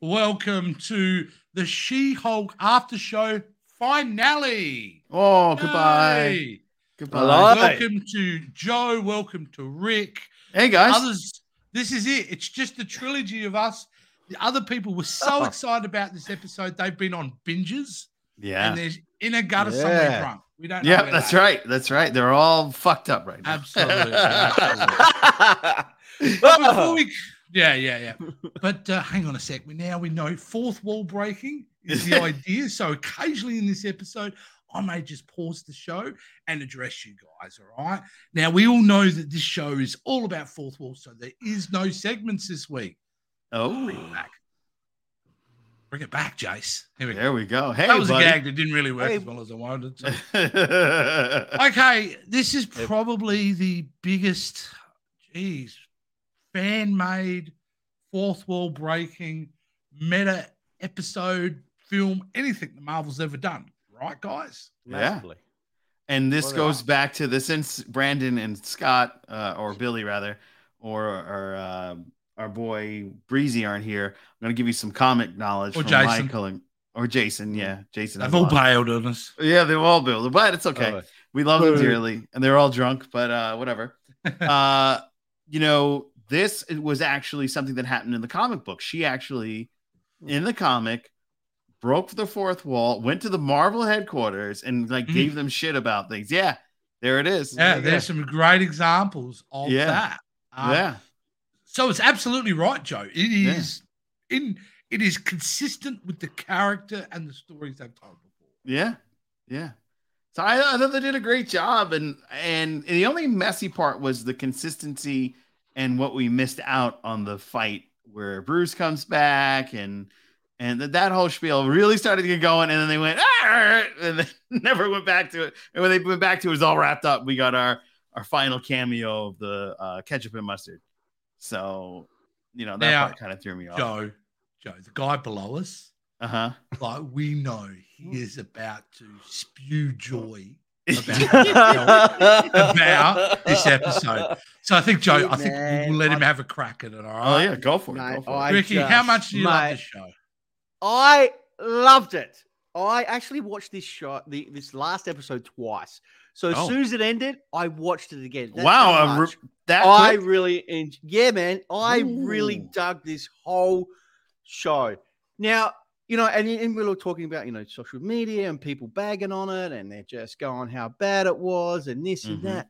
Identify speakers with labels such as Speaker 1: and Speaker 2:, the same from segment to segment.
Speaker 1: welcome to the She Hulk after show finale.
Speaker 2: Oh, goodbye.
Speaker 1: Yay.
Speaker 2: Goodbye.
Speaker 3: Hello. Bye.
Speaker 1: Welcome to Joe. Welcome to Rick.
Speaker 2: Hey, guys.
Speaker 1: Others, this is it. It's just the trilogy of us. The other people were so
Speaker 3: Oh.
Speaker 1: excited about this episode. They've been on binges
Speaker 2: yeah.
Speaker 1: and they're in a gutter somewhere
Speaker 3: Yeah.
Speaker 1: drunk. We don't know.
Speaker 2: Yeah,
Speaker 1: where
Speaker 2: that's
Speaker 1: they are.
Speaker 2: right. That's right. They're all fucked up right now.
Speaker 1: Absolutely. absolutely. But before
Speaker 3: Oh,
Speaker 1: we, yeah, yeah, yeah. Ah. But uh, hang on a sec. We now we know fourth wall breaking is the idea. So occasionally in this episode, I may just pause the show and address you guys. All right. Now we all know that this show is all about fourth wall, so there is no segments this week. Bring it
Speaker 2: Oh,
Speaker 1: back. Bring it back, Jace. Here we go.
Speaker 2: there we go. Hey,
Speaker 1: that was
Speaker 2: buddy.
Speaker 1: a gag that didn't really work
Speaker 3: Hey.
Speaker 1: as well as I wanted. to okay, this is
Speaker 3: Yep.
Speaker 1: probably the biggest, geez, fan made, fourth wall breaking, meta episode, film, anything that Marvel's ever done. Right, guys?
Speaker 3: massively.
Speaker 2: and this
Speaker 3: Well,
Speaker 2: goes
Speaker 3: yeah.
Speaker 2: back to this ins- Brandon and Scott uh, or Billy rather or or uh, our boy Breezy aren't here. I'm gonna give you some comic knowledge
Speaker 1: Or
Speaker 2: from
Speaker 1: Jason.
Speaker 2: Michael and, or Jason. Yeah, Jason.
Speaker 1: They've
Speaker 2: has
Speaker 1: all
Speaker 2: a lot.
Speaker 1: bailed on us.
Speaker 2: Yeah, they've all built, but it's okay.
Speaker 3: Oh,
Speaker 2: We love them
Speaker 3: Boo.
Speaker 2: dearly, and they're all drunk, but uh, whatever. uh, you know, this was actually something that happened in the comic book. She actually, in the comic, broke the fourth wall, went to the Marvel headquarters, and like
Speaker 1: Mhm.
Speaker 2: gave them shit about things. Yeah, there it is.
Speaker 1: Yeah,
Speaker 3: Yeah.
Speaker 1: there's some great examples of
Speaker 2: Yeah.
Speaker 1: that. Um,
Speaker 2: yeah,
Speaker 1: So it's absolutely right, Joe. It
Speaker 2: Yeah.
Speaker 1: is in it is consistent with the character and the stories they've told before.
Speaker 2: yeah, yeah. So I, I thought they did a great job, and and the only messy part was the consistency and what we missed out on the fight where Bruce comes back and and that that whole spiel really started to get going, and then they went "Arr!" and then never went back to it. And when they went back to it, it was all wrapped up. We got our our final cameo of the uh, ketchup and mustard. So you know that
Speaker 1: Now,
Speaker 2: part kind of threw me off.
Speaker 1: Joe, Joe, the guy below us.
Speaker 2: Uh huh.
Speaker 1: like we know
Speaker 3: Hmm.
Speaker 1: he is about to spew joy about this episode. So I think Joe, I think we will let him have a crack at it. All
Speaker 2: Oh
Speaker 1: right,
Speaker 2: yeah, go for it.
Speaker 3: Mate,
Speaker 2: Go for it.
Speaker 3: I
Speaker 1: Ricky, how
Speaker 3: just-
Speaker 1: much do you love
Speaker 3: mate,
Speaker 1: this show?
Speaker 3: I loved it. I actually watched this show, the, this last episode twice. So as
Speaker 2: Oh.
Speaker 3: soon as it ended, I watched it again. That's
Speaker 2: Wow,
Speaker 3: how
Speaker 2: I'm
Speaker 3: much
Speaker 2: that
Speaker 3: oh, I
Speaker 2: quick?
Speaker 3: really, en- yeah, man, I really
Speaker 2: Ooh.
Speaker 3: dug this whole show. Now, you know, and, and we were talking about, you know, social media and people bagging on it and they're just going how bad it was and this
Speaker 2: Mhm.
Speaker 3: and that.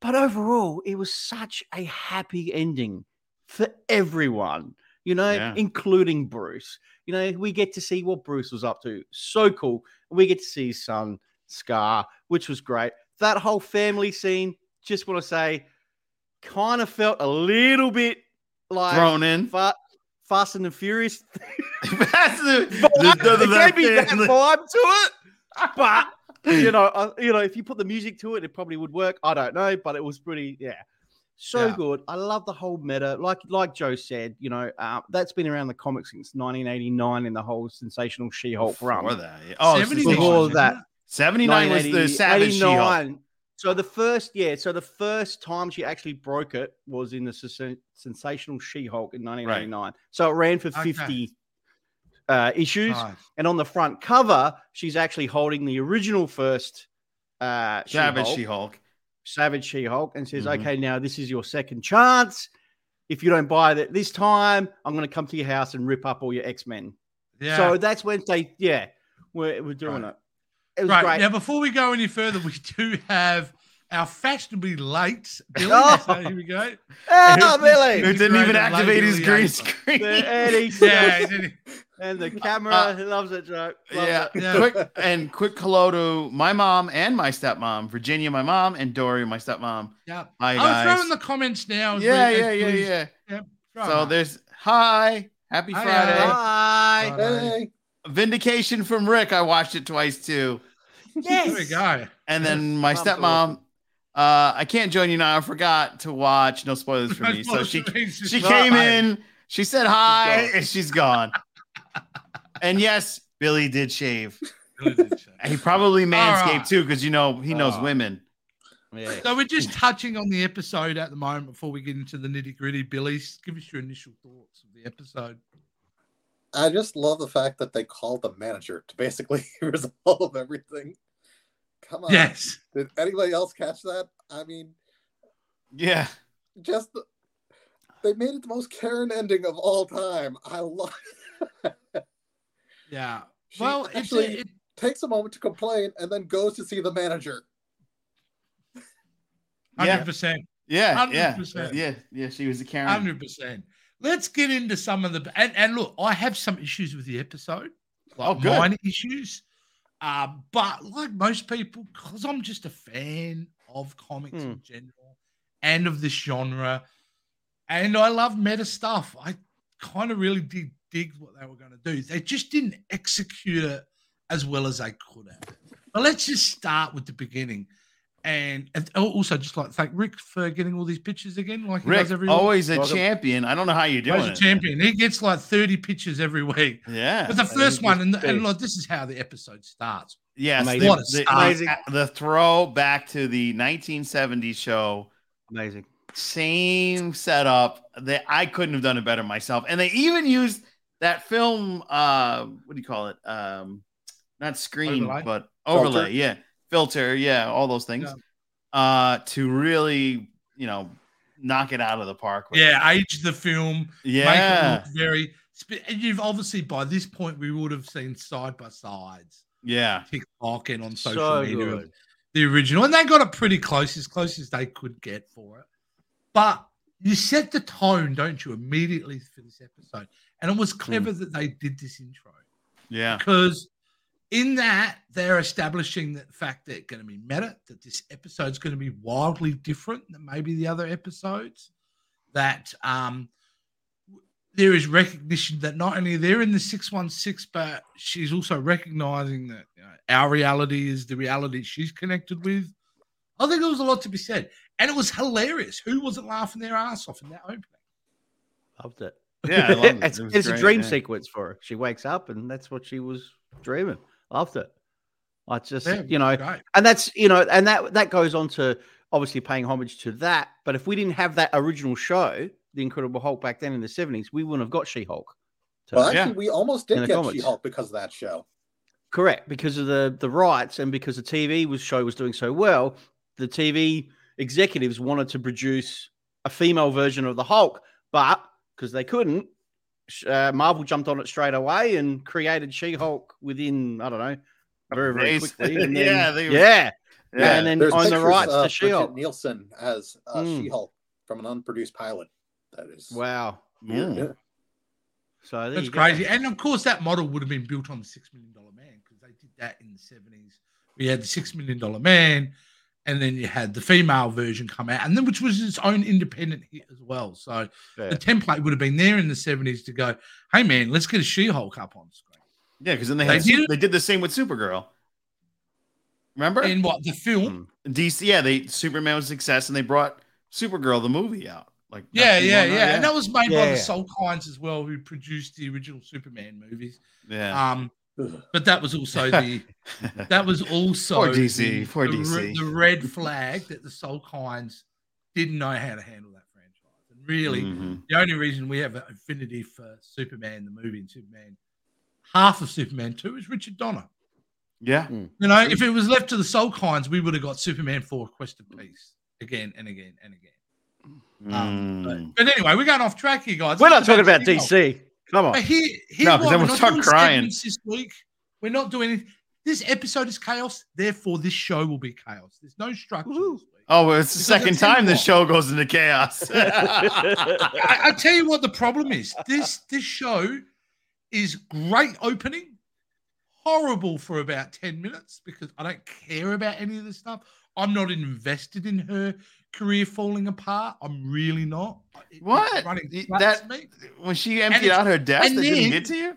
Speaker 3: But overall, it was such a happy ending for everyone, you know,
Speaker 2: Yeah.
Speaker 3: including Bruce. You know, we get to see what Bruce was up to. So cool. We get to see his son, Scar, which was great. That whole family scene, just want to say, kind of felt a little bit like
Speaker 2: thrown in.
Speaker 3: fa- Fast and the Furious.
Speaker 2: That's the,
Speaker 3: Vibe.
Speaker 2: the- the-
Speaker 3: There gave me that
Speaker 2: the-
Speaker 3: vibe to it, but you know, uh, you know, if you put the music to it, it probably would work. I don't know, but it was pretty, yeah, so
Speaker 1: Yeah.
Speaker 3: good. I love the whole meta. Like like Joe said, you know, uh, that's been around the comics since 1989 in the whole sensational She-Hulk run.
Speaker 2: Before that, yeah. Oh,
Speaker 1: 79,
Speaker 3: before
Speaker 1: isn't
Speaker 3: that.
Speaker 1: it?
Speaker 2: 79 was the
Speaker 3: 1980
Speaker 2: Savage She-Hulk.
Speaker 3: 89. So the first, yeah, so the first time she actually broke it was in the Sens- sensational She-Hulk in 1989. So it ran for
Speaker 1: Okay.
Speaker 3: 50 uh, issues,
Speaker 1: Right.
Speaker 3: and on the front cover, she's actually holding the original first uh,
Speaker 2: Savage
Speaker 3: She-Hulk,
Speaker 2: She-Hulk.
Speaker 3: Savage She-Hulk, and says,
Speaker 2: Mhm.
Speaker 3: "Okay, now this is your second chance. If you don't buy that this time, I'm going to come to your house and rip up all your X-Men."
Speaker 1: Yeah.
Speaker 3: So that's when they, yeah, we're, we're doing
Speaker 2: Right.
Speaker 3: it. It was
Speaker 1: right
Speaker 3: great.
Speaker 1: now, before we go any further, we do have our fashionably late Billy.
Speaker 3: Oh.
Speaker 1: So here we go.
Speaker 3: Oh,
Speaker 1: Who's
Speaker 3: Billy!
Speaker 1: Hey,
Speaker 2: Who didn't
Speaker 1: Integrated
Speaker 2: even activate his
Speaker 1: liability
Speaker 2: green
Speaker 1: agent.
Speaker 2: screen.
Speaker 3: The Eddie
Speaker 1: Yeah, is it-
Speaker 3: and the camera
Speaker 2: Uh,
Speaker 3: he loves it, Joe. Loves
Speaker 2: Yeah,
Speaker 3: it.
Speaker 1: Yeah.
Speaker 2: quick and quick hello to my mom and my stepmom, Virginia, my mom, and Dory, my stepmom.
Speaker 1: yeah.
Speaker 2: Hi
Speaker 1: I'll
Speaker 2: guys.
Speaker 1: throw in the comments now. as
Speaker 2: yeah,
Speaker 1: we- as
Speaker 2: yeah, yeah,
Speaker 1: Billy's-
Speaker 2: yeah.
Speaker 1: throw
Speaker 2: So
Speaker 1: 'em up.
Speaker 2: there's hi, happy
Speaker 1: Hi,
Speaker 2: Friday,
Speaker 3: Hi.
Speaker 1: Hi. Hey.
Speaker 2: vindication from Rick. I watched it twice too.
Speaker 1: There we go.
Speaker 2: And then my
Speaker 3: Mom's
Speaker 2: stepmom,
Speaker 3: awesome.
Speaker 2: uh, I can't join you now. I forgot to watch. No spoilers for me. So she she came in, she said hi,
Speaker 3: gone.
Speaker 2: and she's gone. and yes, Billy did shave. He probably manscaped
Speaker 1: right.
Speaker 2: too, because you know he knows
Speaker 3: Oh.
Speaker 2: women.
Speaker 3: Yeah.
Speaker 1: So we're just touching on the episode at the moment before we get into the nitty gritty. Billy, give us your initial thoughts of the episode.
Speaker 4: I just love the fact that they called the manager to basically resolve everything. Come on.
Speaker 1: Yes.
Speaker 4: Did anybody else catch that? I mean,
Speaker 2: Yeah.
Speaker 4: just the- they made it the most Karen ending of all time. I love
Speaker 1: Yeah.
Speaker 4: She
Speaker 1: Well, it's
Speaker 4: actually
Speaker 1: it,
Speaker 4: takes a moment to complain and then goes to see the manager.
Speaker 2: Yeah.
Speaker 1: 100%.
Speaker 2: Yeah. Yeah.
Speaker 1: 100%.
Speaker 2: Yeah. Yeah. She was a Karen.
Speaker 1: Hundred percent. Let's get into some of the and, and look, I have some issues with the episode, like
Speaker 2: Oh, good.
Speaker 1: minor issues. Uh, but like most people, because I'm just a fan of comics
Speaker 2: Hmm.
Speaker 1: in general and of this genre, and I love meta stuff. I kind of really did dig what they were going to do. They just didn't execute it as well as they could have. But let's just start with the beginning. And, and also just like thank Rick for getting all these pictures again, like he
Speaker 2: Rick,
Speaker 1: does every week.
Speaker 2: always a
Speaker 3: Welcome.
Speaker 2: champion. I don't know how you're doing
Speaker 1: He's a
Speaker 2: it.
Speaker 1: champion. He gets like 30 pitches every week.
Speaker 2: Yeah.
Speaker 1: But the first
Speaker 3: he's
Speaker 1: one, and,
Speaker 3: big.
Speaker 1: and like, this is how the episode starts.
Speaker 2: Yes,
Speaker 3: Amazing.
Speaker 2: the,
Speaker 1: What a
Speaker 2: the,
Speaker 1: start.
Speaker 2: amazing. the throw back to the 1970s show,
Speaker 3: Amazing.
Speaker 2: same setup. That I couldn't have done it better myself. And they even used that film. Uh, what do you call it? Um, not screen,
Speaker 1: Overlay?
Speaker 2: but
Speaker 4: Filter?
Speaker 2: overlay. Yeah, filter. Yeah, all those things. Uh, to really, you know, knock it out of the park. with.
Speaker 1: Yeah, age the film.
Speaker 2: yeah,
Speaker 1: Make it look very. sp- And you've obviously, by this point, we would have seen side by sides,
Speaker 2: yeah.
Speaker 1: TikTok and on social
Speaker 3: So
Speaker 1: media, of
Speaker 3: good.
Speaker 1: the original. And they got it pretty close, as close as they could get for it. But you set the tone, don't you, immediately for this episode. And it was clever that they did this intro.
Speaker 2: Yeah.
Speaker 1: because in that they're establishing the fact that it's going to be meta, that this episode's going to be wildly different than maybe the other episodes, that um, there is recognition that not only they're in the 616, but she's also recognizing that you know, our reality is the reality she's connected with. I think there was a lot to be said. And it was hilarious. Who wasn't laughing their ass off in that opening?
Speaker 3: Loved it.
Speaker 2: Yeah, I loved it.
Speaker 3: it's
Speaker 2: It was
Speaker 3: it's a
Speaker 2: great,
Speaker 3: dream
Speaker 2: yeah.
Speaker 3: sequence for her. She wakes up and that's what she was dreaming. Loved it. I just,
Speaker 1: Yeah,
Speaker 3: you know,
Speaker 1: Great.
Speaker 3: and that's you know, and that that goes on to obviously paying homage to that. But if we didn't have that original show, The Incredible Hulk, back then in the seventies, we wouldn't have got She-Hulk. So-
Speaker 4: Well,
Speaker 2: Yeah.
Speaker 4: actually, we almost
Speaker 3: In
Speaker 4: did
Speaker 3: the
Speaker 4: get
Speaker 3: comments.
Speaker 4: She Hulk because of that show.
Speaker 3: Correct, because of the the rights and because the TV was show was doing so well, the TV executives wanted to produce a female version of the Hulk, but because they couldn't, sh- uh, Marvel jumped on it straight away and created She-Hulk within I don't know, very very
Speaker 2: Days.
Speaker 3: quickly. And then,
Speaker 2: Yeah, they were-
Speaker 3: yeah,
Speaker 2: Yeah.
Speaker 3: and then
Speaker 4: There's
Speaker 3: on the
Speaker 4: pictures
Speaker 3: rights
Speaker 4: of
Speaker 3: to She-Hulk.
Speaker 4: Bridget Nielsen as uh,
Speaker 3: Mm.
Speaker 4: She Hulk from an unproduced pilot. That is.
Speaker 3: Wow.
Speaker 2: Mm.
Speaker 4: Yeah.
Speaker 3: So there
Speaker 1: That's
Speaker 3: you go.
Speaker 1: crazy. And of course, that model would have been built on the Six Million Dollar Man because they did that in the 70s. We had the Six Million Dollar Man, and then you had the female version come out, and then which was its own independent hit as well. So
Speaker 3: Yeah.
Speaker 1: the template would have been there in the 70s to go, hey, man, let's get a She Hulk up on screen.
Speaker 2: Yeah, because then they
Speaker 1: They
Speaker 2: had
Speaker 1: did
Speaker 2: Su-
Speaker 1: it-
Speaker 2: they did the same with Supergirl. Remember?
Speaker 1: In what the
Speaker 3: Mm.
Speaker 1: film?
Speaker 2: DC, yeah, they Superman was a success, and they brought Supergirl the movie out. Like, not
Speaker 1: Yeah,
Speaker 2: too
Speaker 1: yeah,
Speaker 2: long
Speaker 1: yeah,
Speaker 2: ago,
Speaker 1: And that was made by
Speaker 3: Yeah.
Speaker 1: the Soul Kinds as well, who produced the original Superman movies.
Speaker 2: yeah,
Speaker 1: Um, but that was also the
Speaker 2: yeah.
Speaker 1: That was also
Speaker 2: Poor DC,
Speaker 1: the,
Speaker 2: poor
Speaker 1: the,
Speaker 2: DC.
Speaker 1: re- the red flag that the Soul Kinds didn't know how to handle that franchise. And really,
Speaker 2: Mhm.
Speaker 1: the only reason we have an affinity for Superman, the movie, and Superman, half of Superman 2 is Richard Donner.
Speaker 2: yeah,
Speaker 1: You know, if it was left to the Soul Kinds, we would have got Superman 4 Quest of Peace again and again and again. Um, but-
Speaker 2: Mm.
Speaker 1: but, anyway, we're going off track here, guys.
Speaker 3: We're
Speaker 1: This
Speaker 3: not
Speaker 1: is
Speaker 3: talking about
Speaker 1: She-Hulk.
Speaker 3: DC. Come on.
Speaker 1: But here, here
Speaker 2: No, 'cause
Speaker 1: why
Speaker 2: then
Speaker 1: we're
Speaker 2: we'll
Speaker 1: not
Speaker 2: start
Speaker 1: doing
Speaker 2: crying.
Speaker 1: segments This week, we're not doing it. This episode is chaos. Therefore, this show will be chaos. There's no structure.
Speaker 3: Woohoo.
Speaker 1: this week.
Speaker 2: oh, well, it's the
Speaker 1: Because
Speaker 2: second
Speaker 1: it's
Speaker 2: time
Speaker 1: in
Speaker 2: the
Speaker 1: what?
Speaker 2: show goes into chaos.
Speaker 1: I, I tell you what the problem is. This this show is great opening, horrible for about ten minutes because I don't care about any of this stuff. I'm not invested in her career falling apart. I'm really not. It- it's
Speaker 2: What?
Speaker 1: running
Speaker 2: Y-
Speaker 1: flat
Speaker 2: that-
Speaker 1: to me.
Speaker 2: when she emptied
Speaker 1: it's-
Speaker 2: out her desk,
Speaker 1: and
Speaker 2: that didn't
Speaker 1: then-
Speaker 2: get to you.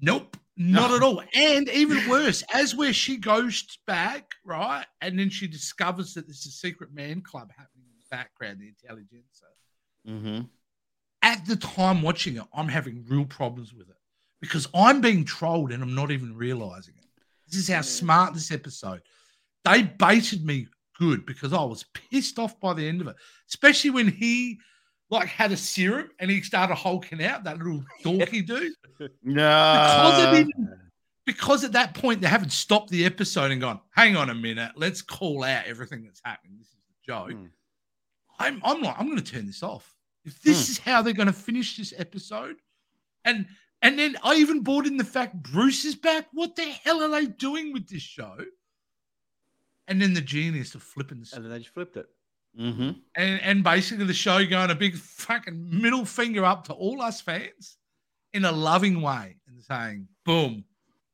Speaker 1: Nope, not at all. And even worse, as where she goes back, right, and then she discovers that there's a secret man club happening in the background, the intelligence.
Speaker 2: Mm-hmm.
Speaker 1: At the time watching it, I'm having real problems with it because I'm being trolled and I'm not even realizing it. This is how smart this episode. They baited me good because I was pissed off by the end of it, especially when he like had a serum and he started hulking out that little dorky dude because, it
Speaker 2: No.
Speaker 1: didn't- Uh, because at that point they haven't stopped the episode and gone, hang on a minute, let's call out everything that's happening. This is a joke.
Speaker 3: Hmm.
Speaker 1: I'm, I'm like, I'm going to turn this off. If this is how they're going to finish this episode, and and then I even bought in the fact Bruce is back. What the hell are they doing with this show? And then the genius of flipping the
Speaker 3: And then they just flipped it.
Speaker 2: hmm
Speaker 1: and, and basically the show going a big fucking middle finger up to all us fans in a loving way and saying, boom,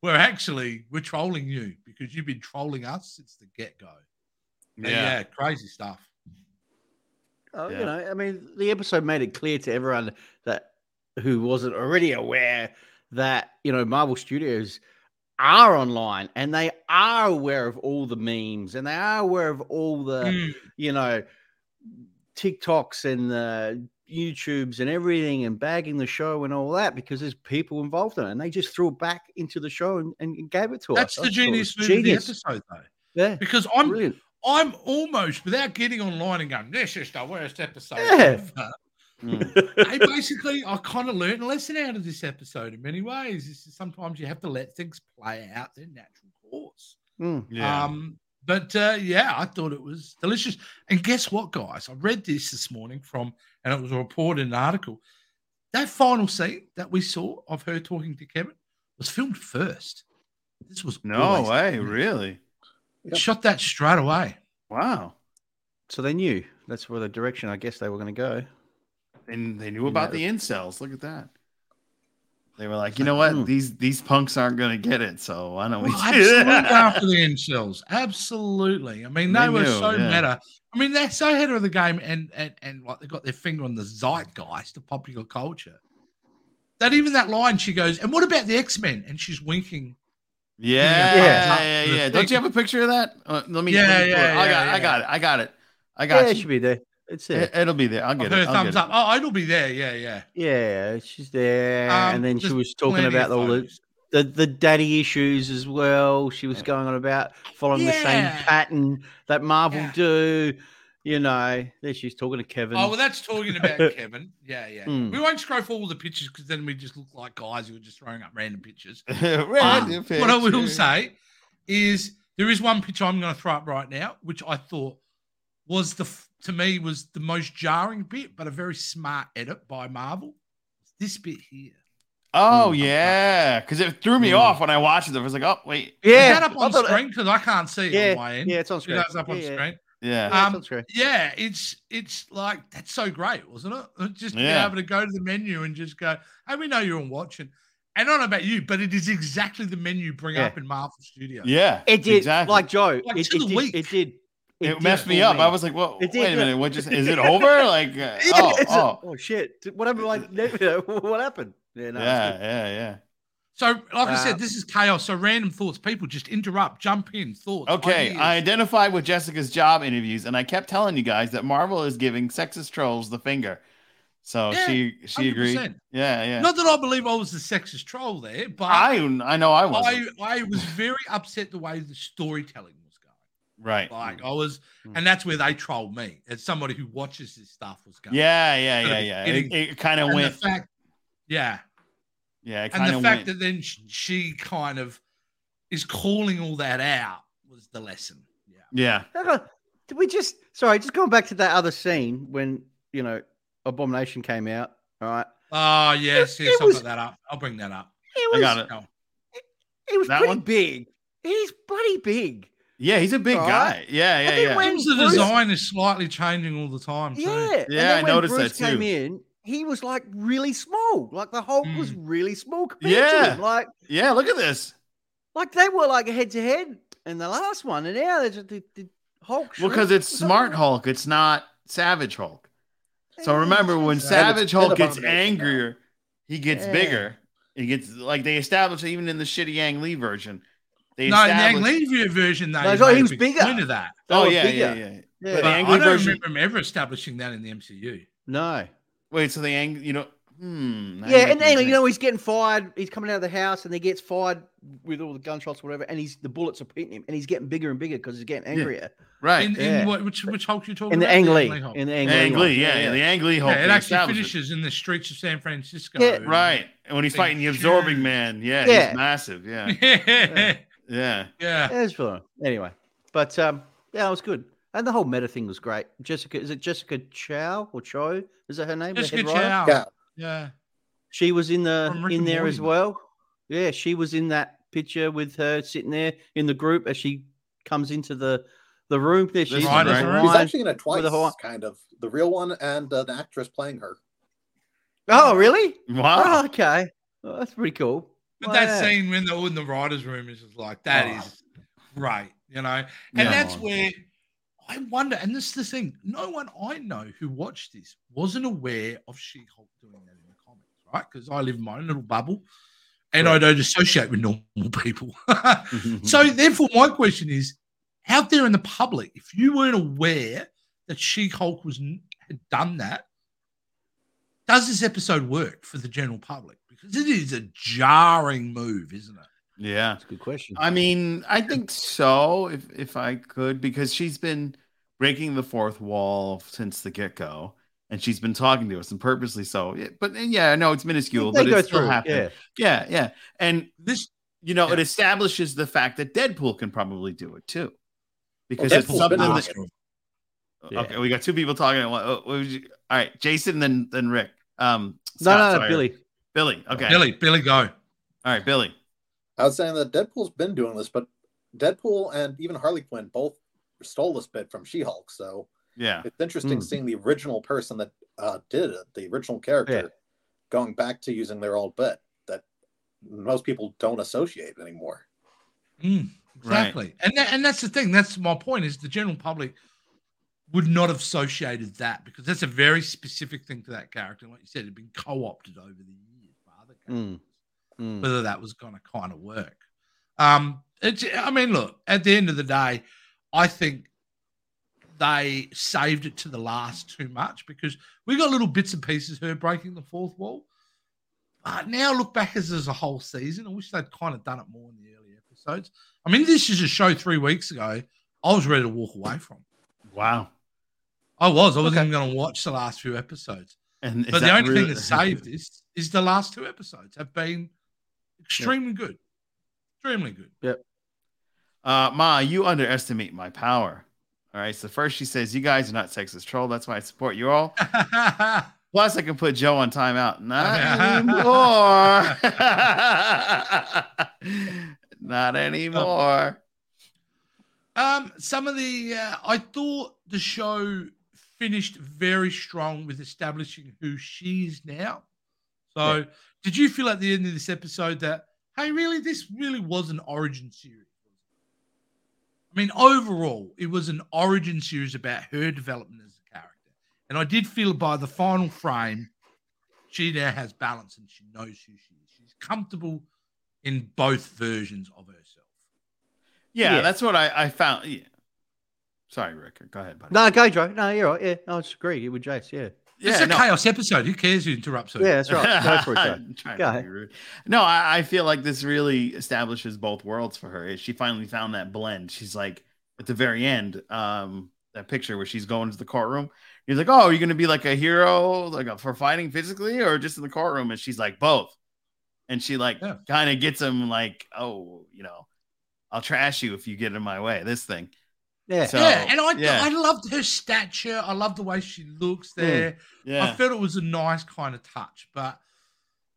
Speaker 1: we're actually we're trolling you because you've been trolling us since the get-go. Yeah, yeah crazy stuff.
Speaker 3: Oh,
Speaker 2: Yeah.
Speaker 3: you know, I mean, the episode made it clear to everyone that who wasn't already aware that you know Marvel Studios are online and they are aware of all the memes and they are aware of all the
Speaker 1: Mm.
Speaker 3: you know TikToks and the YouTubes and everything and bagging the show and all that because there's people involved in it and they just threw it back into the show and, and gave it to
Speaker 1: That's
Speaker 3: us.
Speaker 1: the
Speaker 3: I just thought it
Speaker 1: genius
Speaker 3: was
Speaker 1: move of the
Speaker 3: genius.
Speaker 1: episode though.
Speaker 3: Yeah,
Speaker 1: Because I'm
Speaker 3: brilliant.
Speaker 1: I'm almost without getting online and going, this is the worst episode
Speaker 3: Yeah.
Speaker 1: ever.
Speaker 2: Mm.
Speaker 1: I basically I kind of learned a lesson out of this episode in many ways. This is sometimes you have to let things play out their natural course.
Speaker 3: Mm.
Speaker 2: Yeah.
Speaker 1: Um, but uh, yeah, I thought it was delicious. And guess what, guys? I read this this morning from, and it was reported in an article. That final scene that we saw of her talking to Kevin was filmed first. This was
Speaker 2: no
Speaker 1: always-
Speaker 2: way, really?
Speaker 1: Shot that straight away.
Speaker 2: Wow.
Speaker 3: So they knew that's where the direction I guess they were going to go.
Speaker 2: And they knew about
Speaker 3: Yeah.
Speaker 2: the incels. Look at that. They were like,
Speaker 1: It's
Speaker 2: you know
Speaker 1: like,
Speaker 2: what?
Speaker 3: hmm.
Speaker 2: These these punks aren't gonna get it, so why don't we
Speaker 1: Well,
Speaker 2: do
Speaker 1: absolutely
Speaker 2: that?
Speaker 1: after the incels. Absolutely. I mean,
Speaker 2: They
Speaker 1: they, were
Speaker 2: knew,
Speaker 1: so
Speaker 2: yeah.
Speaker 1: meta. I mean, they're so ahead of the game and and and like they got their finger on the zeitgeist of popular culture. That even that line she goes, and what about the X-Men? And she's winking
Speaker 2: Yeah,
Speaker 1: Yeah.
Speaker 2: yeah, yeah, yeah. Don't you have a picture of that? Uh, let me.
Speaker 1: Yeah,
Speaker 2: let me pull it.
Speaker 1: yeah,
Speaker 2: I
Speaker 1: yeah,
Speaker 2: got, I
Speaker 1: yeah.
Speaker 2: got it. I got it. I
Speaker 3: Yeah,
Speaker 2: got
Speaker 3: it
Speaker 2: you.
Speaker 3: should be there. It's
Speaker 1: Eh,
Speaker 3: there.
Speaker 2: It, will be there. I'll get
Speaker 1: her
Speaker 2: it. I'll
Speaker 1: thumbs
Speaker 2: get
Speaker 1: up. Oh, it'll be there. Yeah, yeah.
Speaker 3: Yeah, she's there,
Speaker 1: Um,
Speaker 3: and then she
Speaker 1: there's
Speaker 3: was talking
Speaker 1: plenty
Speaker 3: about
Speaker 1: of
Speaker 3: all the,
Speaker 1: photos.
Speaker 3: the the daddy issues as well. She was going on about following the same
Speaker 1: Yeah.
Speaker 3: pattern that Marvel
Speaker 1: Yeah.
Speaker 3: do. You know, there she's talking to Kevin.
Speaker 1: Oh well, that's talking about Kevin. Yeah, yeah.
Speaker 3: Hmm.
Speaker 1: We won't scroll for all the pictures because then we just look like guys who are just throwing up random pictures.
Speaker 2: it.
Speaker 1: Um,
Speaker 2: Random
Speaker 1: what I will
Speaker 2: picture.
Speaker 1: say is there is one picture I'm going to throw up right now, which I thought was the f- to me was the most jarring bit, but a very smart edit by Marvel. This bit here.
Speaker 2: Oh
Speaker 3: Hmm.
Speaker 1: Mm.
Speaker 2: yeah, because it threw me
Speaker 1: Hmm.
Speaker 3: Mm.
Speaker 2: off when I watched it. I was like, oh wait,
Speaker 3: yeah,
Speaker 1: is that up
Speaker 3: I
Speaker 1: on
Speaker 3: thought-
Speaker 1: screen? Because I can't see it
Speaker 3: Yeah,
Speaker 1: on my end.
Speaker 3: yeah, it's on
Speaker 1: You
Speaker 3: screen.
Speaker 1: know, it's up
Speaker 3: yeah,
Speaker 1: on
Speaker 3: yeah,
Speaker 1: screen.
Speaker 2: yeah,
Speaker 3: yeah, it's
Speaker 1: Um,
Speaker 3: on screen.
Speaker 1: Yeah, it's it's like that's so great, wasn't it? Just being
Speaker 2: Yeah.
Speaker 1: able to go to the menu and just go, hey, we know you're on watching. And I don't know about you, but it is exactly the menu you bring
Speaker 3: Yeah.
Speaker 1: up in Marvel Studio.
Speaker 2: yeah.
Speaker 3: It did,
Speaker 2: exactly.
Speaker 3: like Joe.
Speaker 1: Like,
Speaker 3: it,
Speaker 1: to
Speaker 3: it,
Speaker 1: the
Speaker 3: did,
Speaker 1: week.
Speaker 3: it did.
Speaker 2: it,
Speaker 3: did
Speaker 2: messed
Speaker 3: for
Speaker 2: me up.
Speaker 3: me.
Speaker 2: I was like, well,
Speaker 3: It
Speaker 2: wait
Speaker 3: did,
Speaker 2: a
Speaker 3: yeah.
Speaker 2: minute, what just is it over? Like, uh, oh,
Speaker 3: It's a-
Speaker 2: oh,
Speaker 3: oh, shit! Whatever. Like, what happened? Yeah, no, it's
Speaker 2: yeah,
Speaker 3: good.
Speaker 2: yeah, yeah.
Speaker 1: So, like I
Speaker 3: Uh,
Speaker 1: said, this is chaos. So, random thoughts, people just interrupt, jump in, thoughts.
Speaker 2: Okay,
Speaker 1: ideas.
Speaker 2: I identified with Jessica's job interviews, and I kept telling you guys that Marvel is giving sexist trolls the finger. So
Speaker 1: Yeah,
Speaker 2: she she agreed.
Speaker 1: 100%.
Speaker 2: Yeah, yeah.
Speaker 1: Not that I believe I was the sexist troll there, but I,
Speaker 2: I I know I wasn't.
Speaker 1: I, was very upset the way the storytelling was going.
Speaker 2: right.
Speaker 1: Like, Oh, I was,
Speaker 3: Mm.
Speaker 1: and that's where they trolled me as somebody who watches this stuff was going.
Speaker 2: Yeah, yeah,
Speaker 1: At the
Speaker 2: yeah, yeah. It,
Speaker 1: beginning.
Speaker 2: it kind of
Speaker 1: and
Speaker 2: went.
Speaker 1: the fact, yeah,
Speaker 2: yeah, it
Speaker 1: and
Speaker 2: kind
Speaker 1: the
Speaker 2: of
Speaker 1: fact
Speaker 2: went.
Speaker 1: that then sh- she kind of is calling all that out was the lesson. Yeah.
Speaker 2: yeah,
Speaker 3: Hang on. Did we just sorry, just going back to that other scene when you know Abomination came out, all right?
Speaker 1: Oh yes,
Speaker 3: It-
Speaker 1: yes,
Speaker 3: it
Speaker 1: I'll
Speaker 3: was-
Speaker 1: put that up. I'll bring that up.
Speaker 3: It
Speaker 2: I
Speaker 3: was
Speaker 2: got it.
Speaker 1: No.
Speaker 3: it was
Speaker 2: That
Speaker 3: pretty
Speaker 2: one?
Speaker 3: big. He's bloody big.
Speaker 2: Yeah, he's a big
Speaker 3: Alright.
Speaker 2: guy. Oh, Yeah,
Speaker 3: I
Speaker 2: yeah,
Speaker 3: think
Speaker 2: yeah.
Speaker 3: when-
Speaker 1: Seems the
Speaker 3: Bruce-
Speaker 1: design is slightly changing all the time. Too.
Speaker 3: Yeah. and
Speaker 2: Yeah,
Speaker 3: then
Speaker 2: I
Speaker 3: when
Speaker 2: noticed
Speaker 3: Bruce
Speaker 2: that
Speaker 3: came
Speaker 2: too.
Speaker 3: in, he was like really small. Like the Hulk was really small compared to
Speaker 2: Mm. Yeah.
Speaker 3: him. Like
Speaker 2: yeah, look at this.
Speaker 3: like they were like head to head in the last one, and now there's the, the Hulk.
Speaker 2: Well, because
Speaker 3: shrunk.
Speaker 2: it's Smart Hulk, it's not Savage Hulk. So
Speaker 3: Yeah,
Speaker 2: remember when
Speaker 3: sure.
Speaker 2: Savage
Speaker 4: Yeah,
Speaker 2: Hulk
Speaker 4: the
Speaker 2: gets
Speaker 4: Abomination now.
Speaker 2: angrier, he gets
Speaker 3: Yeah.
Speaker 2: bigger. He gets like they established even in the shitty Yang Lee version. They
Speaker 1: No, in the Ang
Speaker 2: established-
Speaker 1: Lee view version though,
Speaker 3: No,
Speaker 1: he
Speaker 3: so he
Speaker 1: made a
Speaker 3: was
Speaker 1: big
Speaker 3: bigger.
Speaker 1: Point of that.
Speaker 3: They
Speaker 2: Oh
Speaker 3: were
Speaker 2: yeah,
Speaker 3: bigger.
Speaker 2: yeah, yeah.
Speaker 3: Yeah.
Speaker 2: But
Speaker 1: But
Speaker 2: the
Speaker 1: I
Speaker 2: Ang Lee
Speaker 1: don't
Speaker 2: version.
Speaker 1: remember him ever establishing that in the MCU.
Speaker 3: No.
Speaker 2: Wait, so the Ang, you know, hmm. now
Speaker 3: yeah,
Speaker 2: you're
Speaker 3: and
Speaker 2: making me
Speaker 3: anyway, you
Speaker 2: think.
Speaker 3: know he's getting fired. He's coming out of the house, and he gets fired with all the gunshots, or whatever. And he's the bullets are beating him, and he's getting bigger and bigger because he's getting angrier.
Speaker 2: right.
Speaker 1: In, in
Speaker 3: Yeah.
Speaker 1: what, which which Hulk you talking
Speaker 3: In the
Speaker 1: about?
Speaker 3: Ang Lee,
Speaker 1: Ang Lee Hulk.
Speaker 3: in the
Speaker 2: Ang
Speaker 3: Ang Lee,
Speaker 2: Ang
Speaker 3: one.
Speaker 2: Lee, yeah, yeah, the Ang Lee Hulk.
Speaker 1: yeah, it
Speaker 2: they
Speaker 1: actually
Speaker 2: established
Speaker 1: finishes in the streets of San Francisco.
Speaker 3: Yeah.
Speaker 2: it. Right. And when he's
Speaker 1: Big
Speaker 2: fighting the
Speaker 1: huge-
Speaker 2: absorbing man, yeah,
Speaker 3: Yeah.
Speaker 2: he's massive. Yeah,
Speaker 1: yeah.
Speaker 2: yeah.
Speaker 1: yeah.
Speaker 3: Yeah, it's fun. Anyway, but um, yeah, it was good, and the whole meta thing was great. Jessica, is it Jessica Chow or Cho? Is that her name? the
Speaker 1: Just
Speaker 3: head
Speaker 1: good
Speaker 3: writer?
Speaker 1: shout.
Speaker 4: Yeah.
Speaker 1: Yeah.
Speaker 3: She was in the
Speaker 1: From Rick
Speaker 3: in
Speaker 1: and
Speaker 3: there as
Speaker 1: Morty, mate.
Speaker 3: well. Yeah, she was in that picture with her sitting there in the group as she comes into the the room. There she
Speaker 2: This
Speaker 3: is.
Speaker 2: one,
Speaker 3: with
Speaker 2: right?
Speaker 3: the
Speaker 1: She's
Speaker 4: She's
Speaker 3: wine.
Speaker 4: actually in it twice,
Speaker 3: the Hawaii-
Speaker 4: kind of. The real one and uh, the actress playing her.
Speaker 3: Oh, really?
Speaker 2: Wow.
Speaker 3: Oh, okay, Well, that's pretty cool.
Speaker 1: But
Speaker 3: Wow.
Speaker 1: that scene when they're all in the writer's room is just like, that
Speaker 3: Oh.
Speaker 1: is right, you know? And
Speaker 2: Yeah.
Speaker 1: that's where I wonder, and this is the thing no one I know who watched this wasn't aware of She Hulk doing that in the comics, right? Because I live in my own little bubble and I don't associate with normal people. so, therefore, my question is out there in the public, if you weren't aware that She Hulk was had done that, does this episode work for the general public? Because it is a jarring move, isn't it?
Speaker 2: yeah.
Speaker 3: That's a good question.
Speaker 2: I mean, I think so. If if I could, because she's been breaking the fourth wall since the get go, and she's been talking to us, and purposely so. It- But yeah, I know it's minuscule, but it still
Speaker 3: Yeah.
Speaker 2: happened. Yeah. yeah, And
Speaker 1: This
Speaker 2: you know, it
Speaker 1: Yeah.
Speaker 2: establishes the fact that Deadpool can probably do it too, because
Speaker 4: Well,
Speaker 2: it's
Speaker 4: Deadpool's
Speaker 2: something
Speaker 4: been
Speaker 2: that.
Speaker 4: awesome.
Speaker 3: Yeah.
Speaker 2: Okay, we got two people talking. at one- oh, what would you- all right, Jason, then then Rick. Um,
Speaker 3: No,
Speaker 2: Scott,
Speaker 3: no, no,
Speaker 2: sorry.
Speaker 3: Billy.
Speaker 2: Billy. Okay,
Speaker 1: Billy, Billy, go.
Speaker 2: All right, Billy.
Speaker 4: I was saying that Deadpool's been doing this, but Deadpool and even Harley Quinn both stole this bit from She Hulk. So
Speaker 2: Yeah,
Speaker 4: it's interesting
Speaker 3: Hmm.
Speaker 4: seeing the original person that uh, did it, the original character,
Speaker 3: Yeah.
Speaker 4: going back to using their old bit that most people don't associate anymore.
Speaker 1: Mm,
Speaker 2: Right.
Speaker 1: exactly. And that, and that's the thing. That's my point. Is the general public would not have associated that because that's a very specific thing to that character. Like you said, it had been co-opted over the years by other characters.
Speaker 3: Mm.
Speaker 1: Whether that was going to kind of work. Um, it's, I mean, look. At the end of the day, I think they saved it to the last too much because we got little bits and pieces of her breaking the fourth wall. But now look back as as a whole season. I wish they'd kind of done it more in the early episodes. I mean, this is a show three weeks ago. I was ready to walk away from.
Speaker 2: wow.
Speaker 1: I was. I wasn't
Speaker 3: Okay.
Speaker 1: even going to watch the last few episodes.
Speaker 2: And is
Speaker 1: but the
Speaker 2: that
Speaker 1: only
Speaker 2: really-
Speaker 1: thing that saved this is the last two episodes have been extremely good. Extremely good.
Speaker 2: Uh, Ma, you underestimate my power. All right. So first she says, "You guys are not sexist troll. That's why I support you all." Plus, I can put Joe on timeout. Not anymore. not anymore.
Speaker 1: Um, some of the uh, I thought the show finished very strong with establishing who she is now. So, did you feel at the end of this episode that hey, really, this really was an origin series? I mean, overall, it was an origin series about her development as a character, and I did feel by the final frame, she now has balance and she knows who she is. She's comfortable in both versions of herself.
Speaker 2: Yeah,
Speaker 3: Yeah.
Speaker 2: that's what I, I found. Yeah. Sorry, Rick. Go ahead, buddy.
Speaker 3: No, go, Joe. No, you're right. Yeah, I just agree. You with Jace. Yeah,
Speaker 1: it's
Speaker 2: yeah,
Speaker 1: a chaos episode. Who cares who interrupts her?
Speaker 3: yeah, that's right. Go for it, Joe.
Speaker 2: I'm trying
Speaker 3: Go
Speaker 2: to
Speaker 3: ahead.
Speaker 2: be rude. No, I, I feel like this really establishes both worlds for her. She finally found that blend. She's like at the very end, um, that picture where she's going to the courtroom. He's like, "Oh, are you going to be like a hero, like a, for fighting physically, or just in the courtroom?" And she's like, "Both." And she like
Speaker 1: Yeah.
Speaker 2: kind of gets him like, "Oh, you know, I'll trash you if you get in my way." This thing.
Speaker 3: Yeah,
Speaker 2: So-
Speaker 1: yeah, and I
Speaker 2: yeah.
Speaker 1: I loved her stature. I loved the way she looks
Speaker 3: Hmm,
Speaker 1: there.
Speaker 3: Uh,
Speaker 1: I
Speaker 2: Yeah.
Speaker 1: felt it was a nice kind of touch, but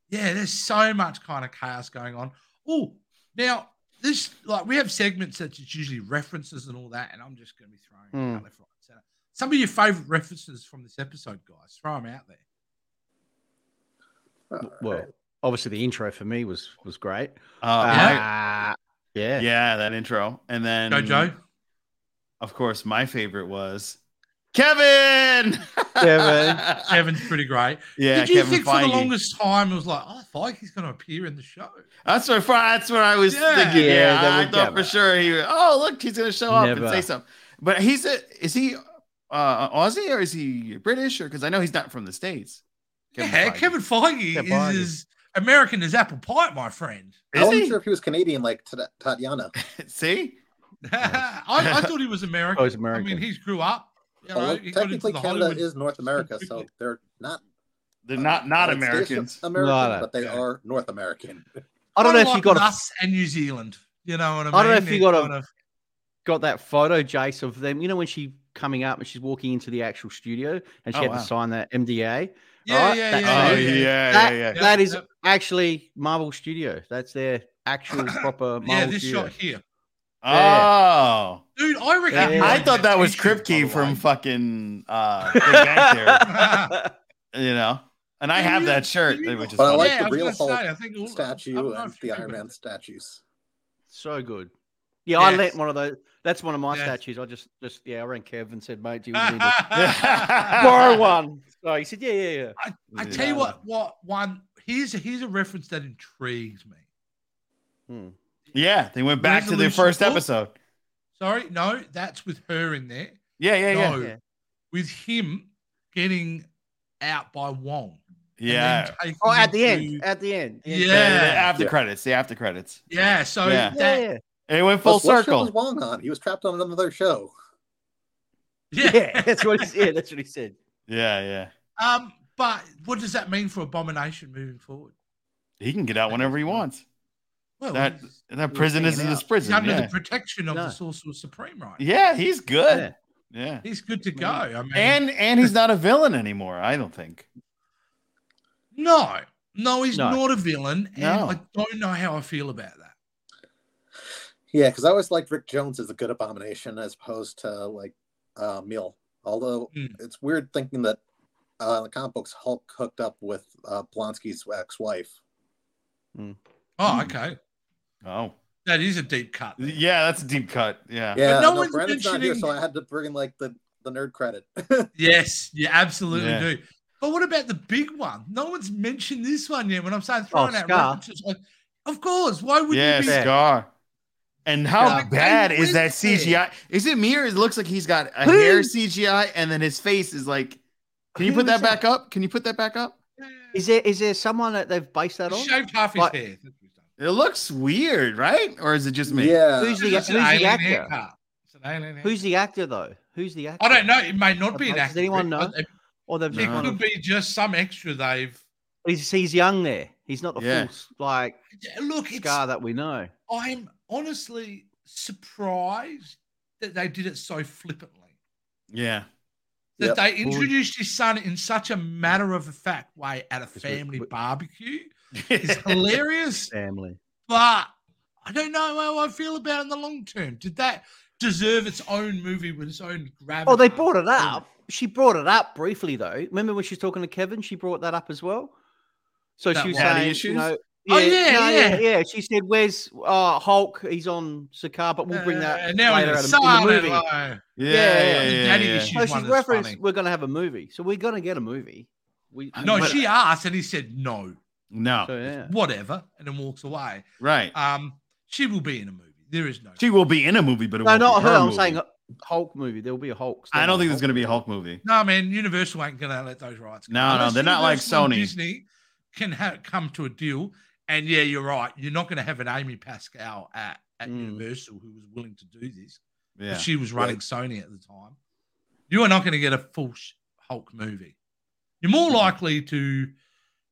Speaker 1: yeah, there's so much kind of chaos going on. Oh, now this like we have segments that it's usually references and all that, and I'm just going to be throwing
Speaker 3: Hmm.
Speaker 1: out left, right, and center. Some of your favorite references from this episode, guys, throw them out there.
Speaker 3: well, obviously the intro for me was was great.
Speaker 2: Uh,
Speaker 1: Yeah.
Speaker 3: Ah,
Speaker 2: my-
Speaker 3: yeah.
Speaker 2: yeah, that intro, and then
Speaker 1: Go, Joe.
Speaker 2: of course, my favorite was Kevin.
Speaker 3: Kevin.
Speaker 1: Kevin's pretty great.
Speaker 2: Yeah,
Speaker 1: Did you
Speaker 2: Kevin
Speaker 1: think for
Speaker 2: Feige.
Speaker 1: the longest time it was like, oh, Feige's going to appear in the show?
Speaker 2: That's what. That's what I was
Speaker 1: Yeah.
Speaker 2: thinking.
Speaker 3: Yeah,
Speaker 2: Yeah,
Speaker 3: that
Speaker 2: I
Speaker 3: would
Speaker 2: thought
Speaker 3: Kevin.
Speaker 2: for sure he. would- Oh, look, he's gonna show up and
Speaker 3: Never.
Speaker 2: say something. But he's a. Is he uh Aussie or is he British? Or because I know he's not from the states.
Speaker 1: yeah,
Speaker 2: Feige.
Speaker 1: Kevin Feige is
Speaker 3: Kevin Feige.
Speaker 1: as American as apple pie, my friend.
Speaker 4: I
Speaker 2: Is
Speaker 4: wasn't
Speaker 2: he?
Speaker 4: sure if he was Canadian like Tat- Tatiana.
Speaker 2: See?
Speaker 1: I, I thought he was American.
Speaker 3: Oh, he's
Speaker 1: I
Speaker 3: American.
Speaker 1: mean, he's grew up. You know,
Speaker 4: Although
Speaker 1: he got into
Speaker 4: technically,
Speaker 1: the
Speaker 4: Canada
Speaker 1: Hollywood.
Speaker 4: is North America, so they're not
Speaker 2: They're not not
Speaker 4: United States
Speaker 3: Oh,
Speaker 2: Americans.
Speaker 4: American,
Speaker 3: No, no.
Speaker 4: but they
Speaker 1: Yeah.
Speaker 4: are North American.
Speaker 3: I don't know if you
Speaker 1: Unlike
Speaker 3: got a,
Speaker 1: us and New Zealand. You know what I mean?
Speaker 3: I don't know if you
Speaker 1: They're
Speaker 3: got a-
Speaker 1: kind of-
Speaker 3: got that photo, Jace, of them. You know when she coming up and she's walking into the actual studio and she
Speaker 2: Oh,
Speaker 3: had
Speaker 2: wow.
Speaker 3: to sign that MDA.
Speaker 1: Yeah,
Speaker 3: right,
Speaker 1: yeah,
Speaker 3: that's
Speaker 1: yeah, yeah,
Speaker 2: oh, yeah,
Speaker 1: yeah.
Speaker 2: yeah,
Speaker 3: That-
Speaker 2: yeah.
Speaker 1: Yeah,
Speaker 3: that is
Speaker 1: yeah.
Speaker 3: actually Marvel Studio. That's their actual proper Marvel
Speaker 1: Yeah, this
Speaker 3: Studio.
Speaker 1: shot here.
Speaker 2: Oh.
Speaker 1: Dude, I reckon.
Speaker 3: Yeah,
Speaker 1: he
Speaker 3: yeah.
Speaker 2: I
Speaker 1: liked
Speaker 2: thought that was
Speaker 1: t-shirt, by the
Speaker 2: Kripke from
Speaker 1: way.
Speaker 2: fucking uh Big Bang Theory, you know. And I
Speaker 1: Do
Speaker 2: have
Speaker 1: you-
Speaker 2: that shirt,
Speaker 1: do you-
Speaker 2: which is
Speaker 4: But I
Speaker 2: funny.
Speaker 4: like
Speaker 1: yeah,
Speaker 4: the
Speaker 1: I was
Speaker 4: real
Speaker 1: gonna
Speaker 4: Hulk
Speaker 1: say, I think all- I don't
Speaker 4: Statue
Speaker 1: know
Speaker 4: and
Speaker 1: if
Speaker 4: the
Speaker 1: you
Speaker 4: Iron
Speaker 1: remember
Speaker 4: Man
Speaker 1: that.
Speaker 4: statues.
Speaker 3: so good. Yeah, I
Speaker 1: Yes.
Speaker 3: lent one of those. That's one of my
Speaker 1: Yes.
Speaker 3: statues. I just, just yeah, I rang Kev and said, mate, do you need to
Speaker 2: Borrow
Speaker 3: borrow one? So he said, yeah, yeah, yeah.
Speaker 1: I
Speaker 2: Yeah.
Speaker 1: tell you what, what one here's here's a reference that intrigues me.
Speaker 3: Hmm.
Speaker 2: Yeah, they went back to the
Speaker 1: Resolution
Speaker 2: first
Speaker 1: book?
Speaker 2: episode.
Speaker 1: Sorry, no, that's with her in there.
Speaker 2: Yeah, yeah, yeah.
Speaker 1: no,
Speaker 3: yeah.
Speaker 1: with him getting out by Wong. and then
Speaker 2: Yeah.
Speaker 1: taking
Speaker 3: Oh, at
Speaker 1: him
Speaker 3: the
Speaker 1: to-
Speaker 3: end, at the end.
Speaker 1: Yeah.
Speaker 2: Yeah, the after
Speaker 4: Yeah.
Speaker 2: credits, the after credits.
Speaker 1: Yeah, so
Speaker 2: Yeah.
Speaker 1: that
Speaker 3: yeah,
Speaker 2: It went full
Speaker 4: Plus, what show was
Speaker 2: circle.
Speaker 4: Wong on? He was trapped on another show.
Speaker 3: yeah.
Speaker 1: yeah.
Speaker 3: yeah. That's what he said. That's what he said.
Speaker 2: Yeah, yeah.
Speaker 1: Um, but what does that mean for Abomination moving forward?
Speaker 2: He can get out whenever he wants.
Speaker 1: Well,
Speaker 2: That
Speaker 1: he's,
Speaker 2: that
Speaker 3: was
Speaker 2: prison
Speaker 3: hanging
Speaker 2: isn't his
Speaker 3: out.
Speaker 1: he's
Speaker 2: prison.
Speaker 1: under
Speaker 2: Yeah.
Speaker 1: the protection of
Speaker 3: No.
Speaker 1: the Sorcerer Supreme, right?
Speaker 2: yeah, he's good. Yeah.
Speaker 1: he's good to go. I mean,
Speaker 2: And and he's not a villain anymore, I don't think.
Speaker 1: no, no, he's
Speaker 3: No.
Speaker 1: not a villain, and
Speaker 2: No.
Speaker 1: I don't know how I feel about that.
Speaker 4: Yeah, because I always liked Rick Jones as a good abomination as opposed to like uh, Mill. Although
Speaker 1: Hmm.
Speaker 4: it's weird thinking that uh, the comic books Hulk hooked up with uh, Blonsky's ex-wife.
Speaker 1: Oh,
Speaker 2: Hmm.
Speaker 1: okay,
Speaker 2: Oh.
Speaker 1: that is a deep cut. there.
Speaker 2: Yeah, that's a deep cut. Yeah.
Speaker 4: Yeah,
Speaker 1: no
Speaker 4: no,
Speaker 1: one's
Speaker 4: Brandon's not here, so
Speaker 1: mentioning-
Speaker 4: I had to bring in like the the nerd credit.
Speaker 1: Yes, you absolutely
Speaker 2: Yeah.
Speaker 1: do. But what about the big one? No one's mentioned this one yet. When I'm saying throwing out
Speaker 3: Oh, Scar.
Speaker 1: references, like, of course. Why would
Speaker 2: yeah,
Speaker 1: you be?
Speaker 3: Scar.
Speaker 2: Scar. And how
Speaker 1: Yeah.
Speaker 2: bad
Speaker 1: I
Speaker 2: is that
Speaker 1: wish it.
Speaker 2: CGI? Is it me or it looks like he's got a
Speaker 3: Who?
Speaker 2: hair CGI and then his face is like Can you
Speaker 3: Who
Speaker 2: put that
Speaker 3: is
Speaker 2: back up? Can you put that back up?
Speaker 3: Is there is there someone that they've based that on?
Speaker 1: He shaved half his
Speaker 3: Like-
Speaker 1: hair. That's what he's done.
Speaker 2: It looks weird, right? Or is it just me?
Speaker 4: yeah,
Speaker 3: Who's the,
Speaker 1: It's
Speaker 3: who's
Speaker 1: an
Speaker 3: the
Speaker 1: alien
Speaker 3: actor?
Speaker 1: haircut. It's an alien
Speaker 3: Who's
Speaker 1: haircut.
Speaker 3: the actor though? Who's the actor?
Speaker 1: I don't know. It may not be an
Speaker 3: Does
Speaker 1: actor. Rick,
Speaker 3: anyone know?
Speaker 1: but
Speaker 3: Or they've
Speaker 1: It
Speaker 2: No.
Speaker 1: it
Speaker 3: just
Speaker 1: could
Speaker 3: wanted-
Speaker 1: be just some extra they've.
Speaker 3: he's, he's young there. He's not the
Speaker 2: Yeah.
Speaker 3: full s- like
Speaker 1: Yeah, Look, it's,
Speaker 3: scar that we know.
Speaker 1: I'm honestly surprised that they did it so flippantly.
Speaker 2: Yeah.
Speaker 1: that
Speaker 4: Yep.
Speaker 1: they introduced his son in such a matter of fact way at a
Speaker 3: we-
Speaker 1: family
Speaker 3: we-
Speaker 1: barbecue is hilarious,
Speaker 3: Family.
Speaker 1: but I don't know how I feel about it in the long term. Did that deserve its own movie with its own gravity?
Speaker 3: Oh, they brought it up. She brought it up briefly though. Remember when she was talking to Kevin? She brought that up as well. So
Speaker 1: That
Speaker 3: she was
Speaker 1: what?
Speaker 2: Daddy
Speaker 3: saying,
Speaker 2: issues?
Speaker 3: you know,
Speaker 1: Oh, yeah,
Speaker 3: no,
Speaker 1: yeah.
Speaker 3: yeah, She said, "Where's uh, Hulk? He's on Sakaar, but we'll bring that
Speaker 1: Uh, now
Speaker 3: later
Speaker 1: in
Speaker 3: at
Speaker 1: the,
Speaker 3: a- in the movie."
Speaker 2: Yeah.
Speaker 3: Yeah,
Speaker 2: yeah,
Speaker 1: the
Speaker 2: yeah,
Speaker 1: daddy
Speaker 2: yeah.
Speaker 1: issues.
Speaker 3: So
Speaker 1: one
Speaker 3: she's
Speaker 1: that's
Speaker 3: referenced
Speaker 1: funny.
Speaker 3: we're gonna have a movie, so we're gonna get a movie. We
Speaker 1: No,
Speaker 2: But-
Speaker 1: she asked and he said no,
Speaker 2: No.
Speaker 3: So, yeah.
Speaker 1: whatever, and then walks away.
Speaker 2: Right.
Speaker 1: Um, she will be in a movie. There is no.
Speaker 2: She will be in a movie, but it
Speaker 3: No,
Speaker 2: won't
Speaker 3: not
Speaker 2: be
Speaker 3: her.
Speaker 2: her.
Speaker 3: I'm
Speaker 2: movie.
Speaker 3: saying a Hulk movie. There will be a Hulk.
Speaker 2: I don't think there's
Speaker 3: there's
Speaker 2: going to be a Hulk movie.
Speaker 1: No, man, Universal ain't gonna let those rights. go.
Speaker 2: No, no,
Speaker 1: Unless
Speaker 2: they're not like
Speaker 1: Universal and
Speaker 2: Sony.
Speaker 1: Disney can ha- come to a deal, and yeah, you're right. You're not gonna have an Amy Pascal at, at
Speaker 3: Mm.
Speaker 1: Universal who was willing to do this. 'cause
Speaker 2: Hmm. Yeah.
Speaker 1: She was running
Speaker 4: Right.
Speaker 1: Sony at the time. You are not gonna get a full sh- Hulk movie. You're more
Speaker 2: Mhm.
Speaker 1: likely to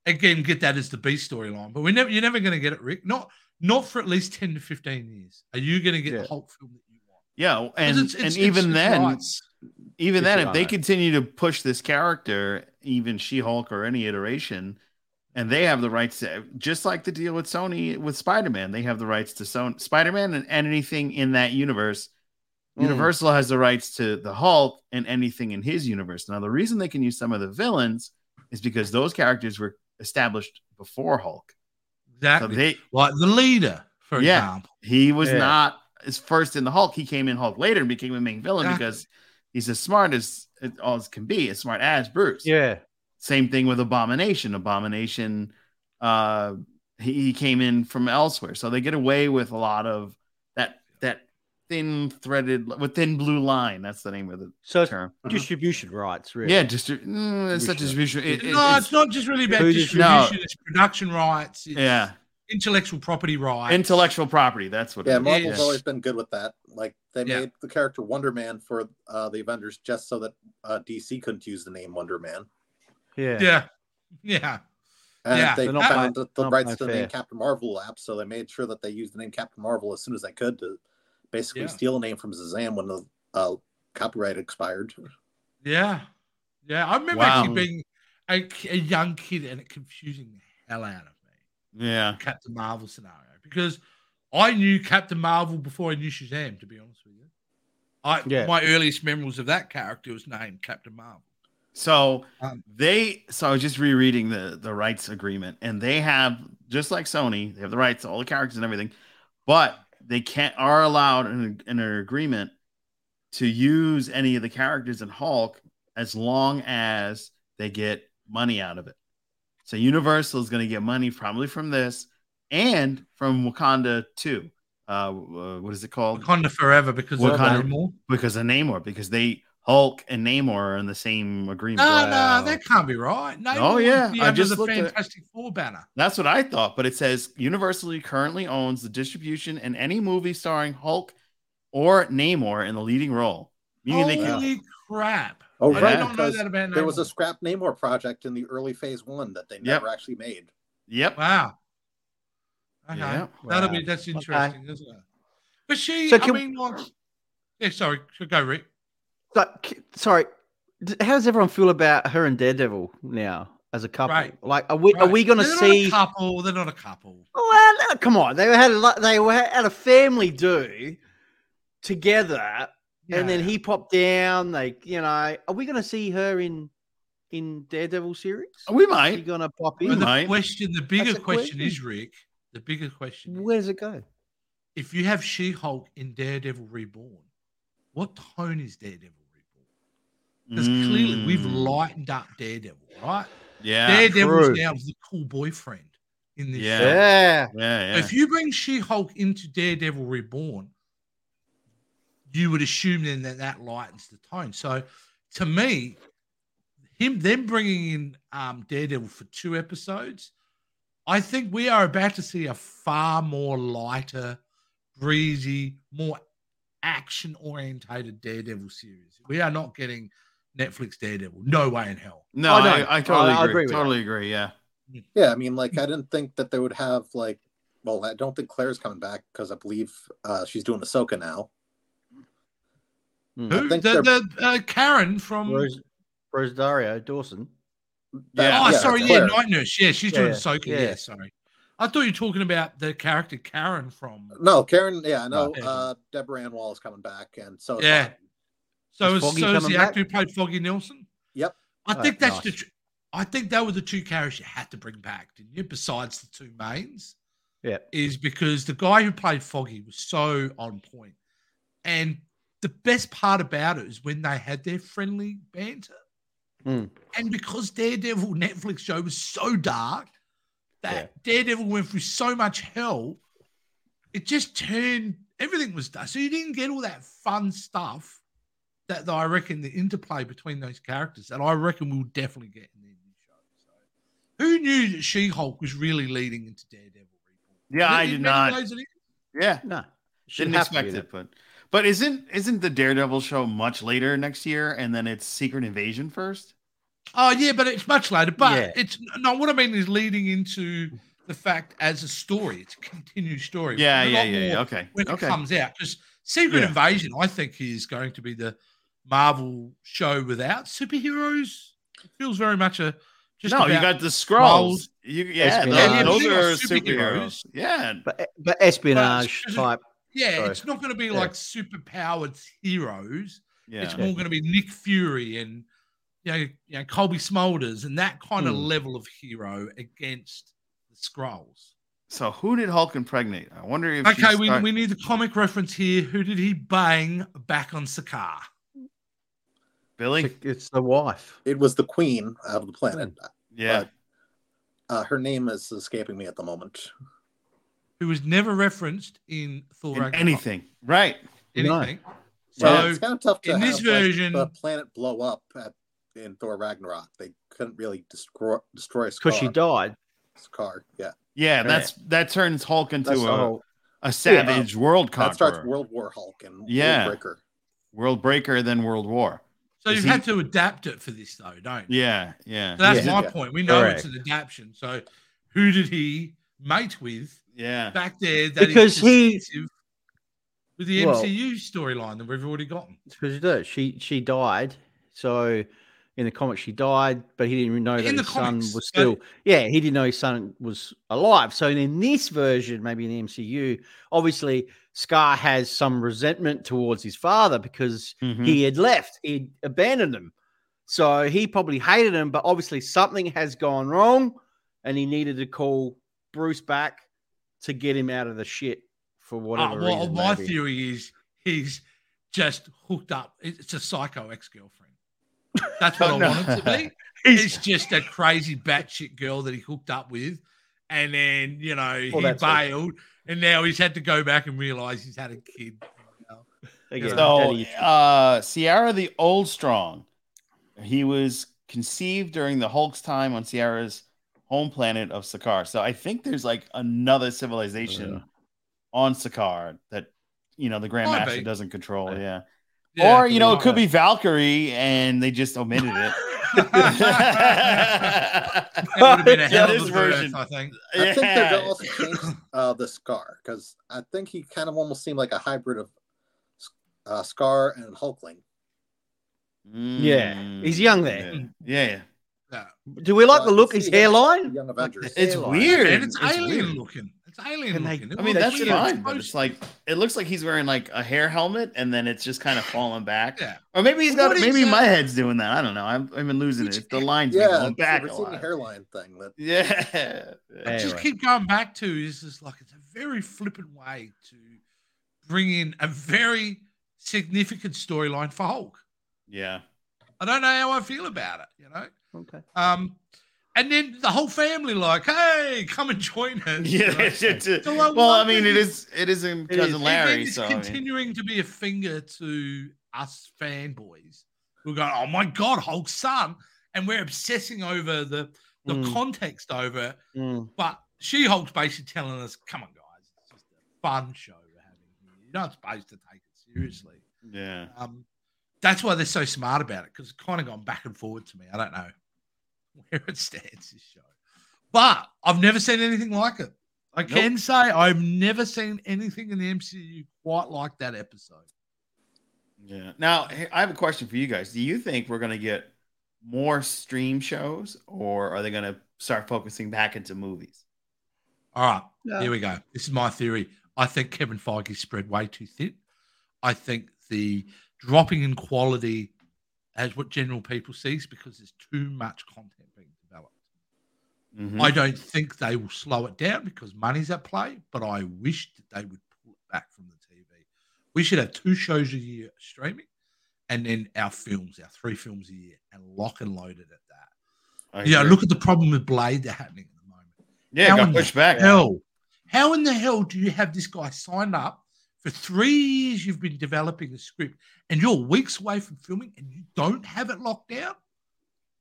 Speaker 1: again get that as the B storyline, but we're never you're never gonna get it, Rick. Not not for at least ten to fifteen years. Are you gonna get
Speaker 3: Yeah.
Speaker 1: the Hulk film that you want? 'Cause
Speaker 2: Yeah. And
Speaker 1: it's-
Speaker 2: and
Speaker 1: it's- it's-
Speaker 2: even
Speaker 1: it's
Speaker 2: then,
Speaker 1: rights.
Speaker 2: even
Speaker 3: If
Speaker 2: then,
Speaker 3: you're
Speaker 2: if they
Speaker 3: honest.
Speaker 2: continue to push this character, even She Hulk or any iteration, and they have the rights to, just like the deal with Sony with Spider Man, they have the rights to Sony, Spider Man, and and anything in that universe.
Speaker 3: Mm.
Speaker 2: Universal has the rights to the Hulk and anything in his universe. Now, the reason they can use some of the villains is because those characters were established before Hulk. So
Speaker 1: exactly.
Speaker 2: they
Speaker 1: like the leader, for
Speaker 2: Yeah.
Speaker 1: example.
Speaker 2: He was
Speaker 3: Yeah.
Speaker 2: not as first in the Hulk. He came in Hulk later and became a main villain
Speaker 1: Exactly.
Speaker 2: because he's as smart as as all as can be, as smart as Bruce.
Speaker 3: Yeah,
Speaker 2: Same thing with Abomination. Abomination, uh, he, he came in from elsewhere, so they get away with a lot of that that thin threaded with thin blue line. That's the name of the
Speaker 3: So it's
Speaker 2: term.
Speaker 3: distribution rights, really.
Speaker 2: Yeah, just mm, it's not just visual. It, it-
Speaker 1: no, it's,
Speaker 2: it's-
Speaker 1: not just really about
Speaker 3: Who's-
Speaker 1: distribution.
Speaker 2: no.
Speaker 1: It's production rights. It's
Speaker 2: yeah,
Speaker 1: intellectual property rights.
Speaker 2: intellectual property. That's what.
Speaker 4: Yeah,
Speaker 2: it is.
Speaker 4: Marvel's
Speaker 1: Yes.
Speaker 4: always been good with that. Like they
Speaker 1: Yeah.
Speaker 4: made the character Wonder Man for uh, the Avengers just so that uh, DC couldn't use the name Wonder Man,
Speaker 3: yeah.
Speaker 1: Yeah, yeah.
Speaker 4: and
Speaker 1: Yeah,
Speaker 4: they
Speaker 3: they're not
Speaker 4: found that the
Speaker 3: not
Speaker 4: rights
Speaker 3: playing
Speaker 4: to the name
Speaker 3: fair.
Speaker 4: Captain Marvel lapsed, so they made sure that they used the name Captain Marvel as soon as they could to basically
Speaker 1: Yeah.
Speaker 4: steal a name from Shazam when the uh, copyright expired.
Speaker 1: Yeah. Yeah. I remember
Speaker 2: Wow.
Speaker 1: actually being a, k- a young kid and it confusing the hell out of me,
Speaker 2: Yeah,
Speaker 1: the Captain Marvel scenario, because I knew Captain Marvel before I knew Shazam, to be honest with you. I,
Speaker 3: Yeah.
Speaker 1: My earliest memories of that character was named Captain Marvel.
Speaker 2: So
Speaker 1: Um,
Speaker 2: they so I was just rereading the the rights agreement, and they have just like Sony, they have the rights to all the characters and everything, but they can't are allowed in, in an agreement to use any of the characters in Hulk as long as they get money out of it. So Universal is going to get money probably from this and from Wakanda too. Uh, uh, what is it called?
Speaker 1: Wakanda Forever because of
Speaker 2: Wakanda.
Speaker 1: Namor.
Speaker 2: Because of Namor, because they Hulk and Namor are in the same agreement.
Speaker 1: No,
Speaker 3: Wow.
Speaker 1: no, that can't be right. No,
Speaker 2: Oh, yeah. I
Speaker 1: I
Speaker 2: just
Speaker 1: just the
Speaker 2: looked at-
Speaker 1: Fantastic Four banner.
Speaker 2: That's what I thought, but it says Universal currently owns the distribution in any movie starring Hulk or Namor in the leading role. Meaning they can,
Speaker 1: Holy crap!
Speaker 4: Oh,
Speaker 1: I
Speaker 2: right,
Speaker 1: don't know
Speaker 4: because
Speaker 1: that about
Speaker 4: There was
Speaker 1: Namor.
Speaker 4: a scrap Namor project in the early Phase One that they never actually made.
Speaker 2: yep.
Speaker 1: Wow. Okay.
Speaker 2: Yeah,
Speaker 1: That'll
Speaker 3: wow.
Speaker 1: be that's
Speaker 3: Okay.
Speaker 1: interesting, isn't it? But she,
Speaker 3: So
Speaker 1: I
Speaker 3: can-
Speaker 1: mean, like, yeah. Sorry, so go Rick.
Speaker 3: So, k- sorry. d- How does everyone feel about her and Daredevil now as a couple?
Speaker 1: Right.
Speaker 3: Like, are we are
Speaker 1: Right.
Speaker 3: we going to
Speaker 1: They're not
Speaker 3: see?
Speaker 1: a couple? They're not a couple.
Speaker 3: Well, no, come on. They had a lot, they were had a family do together, and then
Speaker 1: Yeah.
Speaker 3: he popped down. Like, you know, are we going to see her in in Daredevil series?
Speaker 2: We
Speaker 3: Is she
Speaker 2: might.
Speaker 3: going to pop
Speaker 1: But
Speaker 3: in?
Speaker 1: Oh, the
Speaker 2: might.
Speaker 1: question, the bigger
Speaker 3: a
Speaker 1: question,
Speaker 3: question.
Speaker 1: is Rick. The bigger question: is,
Speaker 3: Where does it go?
Speaker 1: if you have She-Hulk in Daredevil Reborn, what tone is Daredevil Reborn? Because clearly we've
Speaker 2: Mm,
Speaker 1: lightened up Daredevil, right?
Speaker 2: Yeah.
Speaker 1: Daredevil's
Speaker 3: true.
Speaker 1: now the cool boyfriend in this.
Speaker 2: Yeah.
Speaker 1: show.
Speaker 3: Yeah,
Speaker 2: Yeah.
Speaker 1: If you bring She Hulk into Daredevil Reborn, you would assume then that that lightens the tone. So, to me, him them bringing in um, Daredevil for two episodes, I think we are about to see a far more lighter, breezy, more action orientated Daredevil series. We are not getting Netflix Daredevil. No way in hell.
Speaker 2: No,
Speaker 3: Oh, no.
Speaker 2: I, I totally
Speaker 3: I- I
Speaker 2: agree.
Speaker 3: agree with that.
Speaker 2: totally agree. Yeah.
Speaker 4: Yeah, I mean, like I didn't think that they would have like. Well, I don't think Claire's coming back because I believe uh, she's doing Ahsoka now.
Speaker 1: Who
Speaker 4: think
Speaker 1: the,
Speaker 4: they're-
Speaker 1: the uh, Karen from?
Speaker 3: Rose, Rose Dario Dawson.
Speaker 2: Yeah.
Speaker 1: oh, sorry, yeah,
Speaker 4: Claire.
Speaker 1: Night Nurse. Yeah, she's
Speaker 3: Yeah,
Speaker 1: doing
Speaker 3: yeah,
Speaker 1: Ahsoka. Yeah.
Speaker 3: yeah.
Speaker 1: sorry. I thought you were talking about the character Karen from.
Speaker 3: Oh,
Speaker 4: No, Karen. Yeah, I know.
Speaker 1: Yeah.
Speaker 4: Uh, Deborah Ann Wall is coming back, and so is
Speaker 1: Oh. Yeah.
Speaker 4: Foggy.
Speaker 1: So
Speaker 3: Is
Speaker 1: is,
Speaker 3: Foggy
Speaker 1: so is
Speaker 3: coming
Speaker 1: the
Speaker 3: back?
Speaker 1: actor who played Foggy Nelson.
Speaker 4: Yep.
Speaker 1: I
Speaker 3: Oh,
Speaker 1: think that's the.
Speaker 3: nice.
Speaker 1: Tr- I think that were the two characters you had to bring back, didn't you? Besides the two mains.
Speaker 3: Yeah.
Speaker 1: Is because the guy who played Foggy was so on point, and the best part about it is when they had their friendly banter,
Speaker 3: Hmm.
Speaker 1: and because Daredevil Netflix show was so dark that Daredevil went through so much hell, it just turned everything was dark. So you didn't get all that fun stuff that, that I reckon the interplay between those characters that I reckon we'll definitely get in the new show. So who knew that She Hulk was really leading into Daredevil?
Speaker 2: Yeah, I did not. Yeah.
Speaker 3: No,
Speaker 2: Didn't
Speaker 3: have to be
Speaker 2: expect
Speaker 3: there.
Speaker 2: it, but but isn't isn't the Daredevil show much later next year, and then it's Secret Invasion first?
Speaker 1: Oh yeah, but it's much later. But
Speaker 3: Yeah.
Speaker 1: it's no. What I mean is leading into the fact as a story, it's a continued story.
Speaker 2: Yeah.
Speaker 1: We've
Speaker 2: Yeah.
Speaker 1: got
Speaker 2: Yeah.
Speaker 1: more
Speaker 2: yeah. Okay.
Speaker 1: when
Speaker 2: Okay.
Speaker 1: it comes out. Because Secret
Speaker 2: Yeah.
Speaker 1: Invasion, I think, is going to be the Marvel show without superheroes. It feels very much a just
Speaker 2: no, you
Speaker 1: about-
Speaker 2: got the scrolls. You, yeah,
Speaker 3: Espionage.
Speaker 2: those,
Speaker 3: Yeah,
Speaker 2: those
Speaker 1: those
Speaker 2: are
Speaker 1: are
Speaker 2: superheroes.
Speaker 1: superheroes.
Speaker 2: Yeah,
Speaker 3: but eh, but espionage
Speaker 1: just-
Speaker 3: type.
Speaker 1: yeah.
Speaker 3: sorry.
Speaker 1: It's not going to be
Speaker 3: Yeah.
Speaker 1: like super powered heroes.
Speaker 2: yeah,
Speaker 1: It's more going to be Nick Fury and you know, you know Colby Smulders and that kind of
Speaker 3: Hmm.
Speaker 1: level of hero against the Skrulls.
Speaker 2: So who did Hulk impregnate? I wonder if
Speaker 1: Okay,
Speaker 2: she
Speaker 1: we,
Speaker 2: start-
Speaker 1: we need the comic reference here. Who did he bang back on Sakaar?
Speaker 2: Billy.
Speaker 3: It's the wife.
Speaker 4: It was the Queen out of the planet.
Speaker 2: Yeah,
Speaker 4: Uh, her name is escaping me at the moment.
Speaker 1: Who was never referenced in Thor
Speaker 2: in
Speaker 1: Ragnarok.
Speaker 2: anything. Right.
Speaker 3: No.
Speaker 1: anything. So
Speaker 4: Yeah, it's kind of tough to
Speaker 1: in
Speaker 4: have,
Speaker 1: this
Speaker 4: like,
Speaker 1: version-
Speaker 4: the planet blow up at, in Thor Ragnarok. They couldn't really destroy destroy Scar.
Speaker 3: because she died.
Speaker 4: Scar, yeah.
Speaker 2: Yeah, that's that turns Hulk into
Speaker 3: That's the
Speaker 2: a,
Speaker 3: whole-
Speaker 2: a savage world conqueror,
Speaker 4: That starts World War Hulk and
Speaker 2: Yeah.
Speaker 4: World Breaker.
Speaker 2: world breaker, then world war.
Speaker 1: so
Speaker 2: Is
Speaker 1: you've
Speaker 2: he-
Speaker 1: had to adapt it for this though, don't you?
Speaker 2: Yeah, yeah,
Speaker 1: So that's
Speaker 3: Yeah.
Speaker 1: my
Speaker 4: Yeah.
Speaker 1: point. We know
Speaker 3: Correct.
Speaker 1: it's an adaptation. So who did he mate with
Speaker 2: yeah.
Speaker 1: back there? That is
Speaker 3: Because he-
Speaker 1: consistent with the
Speaker 3: Well-
Speaker 1: MCU storyline that we've already gotten.
Speaker 3: Because she did. She she died. So in the comic, she died, but he didn't even know that
Speaker 1: In the
Speaker 3: his son
Speaker 1: comics,
Speaker 3: was
Speaker 1: but-
Speaker 3: still. Yeah, he didn't know his son was alive. So in this version, maybe in the MCU, obviously Scar has some resentment towards his father because
Speaker 2: Mhm.
Speaker 1: Hmm.
Speaker 3: he had left, he abandoned him. So he probably hated him, but obviously something has gone wrong, and he needed to call Bruce back to get him out of the shit for
Speaker 1: Uh,
Speaker 3: whatever
Speaker 1: well,
Speaker 3: reason.
Speaker 1: my
Speaker 3: maybe.
Speaker 1: theory is he's just hooked up. It's a psycho ex girlfriend. That's what
Speaker 2: Oh,
Speaker 1: I
Speaker 2: no.
Speaker 1: want it to be. It's just a crazy batshit girl that he hooked up with. And then, you know, he
Speaker 3: Well,
Speaker 1: bailed
Speaker 3: that's it.
Speaker 1: and now he's had to go back and realize he's had a kid.
Speaker 3: Again,
Speaker 2: So,
Speaker 3: daddy issues.
Speaker 2: uh, Sierra the Old Strong, he was conceived during the Hulk's time on Sierra's home planet of Sakaar. So I think there's like another civilization
Speaker 3: Yeah.
Speaker 2: on Sakaar that you know the Grand
Speaker 1: Might
Speaker 2: Master
Speaker 1: be.
Speaker 2: doesn't control. Yeah,
Speaker 1: Yeah,
Speaker 2: or you know it could
Speaker 1: right.
Speaker 2: be Valkyrie and they just omitted it.
Speaker 1: that would have been a hell
Speaker 2: This
Speaker 1: of a
Speaker 2: version.
Speaker 1: version. I think.
Speaker 4: I think
Speaker 2: Yeah.
Speaker 4: they're also changed uh, the Scar because I think he kind of almost seemed like a hybrid of uh, Scar and Hulkling.
Speaker 3: Yeah, he's young there.
Speaker 2: Mm. Yeah, yeah. yeah.
Speaker 1: Yeah.
Speaker 3: Do we like
Speaker 4: So
Speaker 3: the
Speaker 4: I
Speaker 3: look?
Speaker 4: can
Speaker 3: His
Speaker 4: see him as the
Speaker 3: hairline?
Speaker 4: Young Avengers.
Speaker 2: It's
Speaker 3: Hairline.
Speaker 2: weird.
Speaker 1: And it's, alien
Speaker 2: weird.
Speaker 1: looking. It's alien
Speaker 3: And they-
Speaker 1: looking. It
Speaker 2: I mean,
Speaker 1: was
Speaker 2: that's
Speaker 1: weird.
Speaker 2: fine,
Speaker 1: It's
Speaker 2: but
Speaker 1: supposed-
Speaker 2: it's like it looks like he's wearing like a hair helmet, and then it's just kind of falling back.
Speaker 1: Yeah.
Speaker 2: Or maybe he's got.
Speaker 1: What is
Speaker 2: Maybe
Speaker 1: that?
Speaker 2: my head's doing that. I don't know. I'm, I've been losing it.
Speaker 1: It's-
Speaker 2: It's the lines yeah,
Speaker 4: yeah,
Speaker 2: going back
Speaker 4: it's
Speaker 2: a
Speaker 4: the receding
Speaker 2: lot.
Speaker 4: hairline thing that
Speaker 2: Yeah.
Speaker 3: Hey.
Speaker 1: just
Speaker 3: Anyway.
Speaker 1: keep going back to is just like it's a very flippant way to bring in a very significant storyline for Hulk.
Speaker 2: Yeah.
Speaker 1: I don't know how I feel about it, you know.
Speaker 3: Okay.
Speaker 1: Um, and then the whole family like, hey, come and join us. you
Speaker 2: Yeah.
Speaker 1: know?
Speaker 2: it's- it's-
Speaker 1: So I
Speaker 2: well, I
Speaker 1: wonder
Speaker 2: mean, it
Speaker 1: if-
Speaker 2: is. It is in
Speaker 3: It is.
Speaker 2: cousin
Speaker 3: And
Speaker 1: And then
Speaker 2: Larry.
Speaker 1: it's
Speaker 2: So I mean-
Speaker 1: continuing to be a finger to us fanboys who go, oh my god, Hulk's son, and we're obsessing over the the
Speaker 2: Hmm.
Speaker 3: Mm.
Speaker 1: context over
Speaker 3: Mm.
Speaker 1: But She Hulk's basically telling us, come on, guys, it's just a fun show we're having here. You're not supposed to take it seriously.
Speaker 2: yeah.
Speaker 1: Um, that's why they're so smart about it because it's kind of gone back and forward to me. I don't know where it stands, this show. But I've never seen anything like it. I
Speaker 2: Nope.
Speaker 1: can say I've never seen anything in the MCU quite like that episode.
Speaker 2: Yeah. Now hey, I have a question for you guys. Do you think we're gonna get more stream shows, or are they gonna start focusing back into movies?
Speaker 1: All right,
Speaker 3: Yeah.
Speaker 1: here we go. This is my theory. I think Kevin Feige spread way too thin. I think the dropping in quality as what general people sees because there's too much content being developed.
Speaker 2: Mhm.
Speaker 1: I don't think they will slow it down because money's at play, but I wish that they would pull it back from the TV. We should have two shows a year streaming and then our films, our three films a year, and lock and load it at that.
Speaker 2: I
Speaker 1: Yeah,
Speaker 2: agree.
Speaker 1: look at the problem with Blade that's happening at the moment
Speaker 2: Yeah,
Speaker 1: how
Speaker 2: got
Speaker 1: in the
Speaker 2: pushed back.
Speaker 1: hell? How in the hell do you have this guy signed up for three years? You've been developing a script and you're weeks away from filming and you don't have it locked down.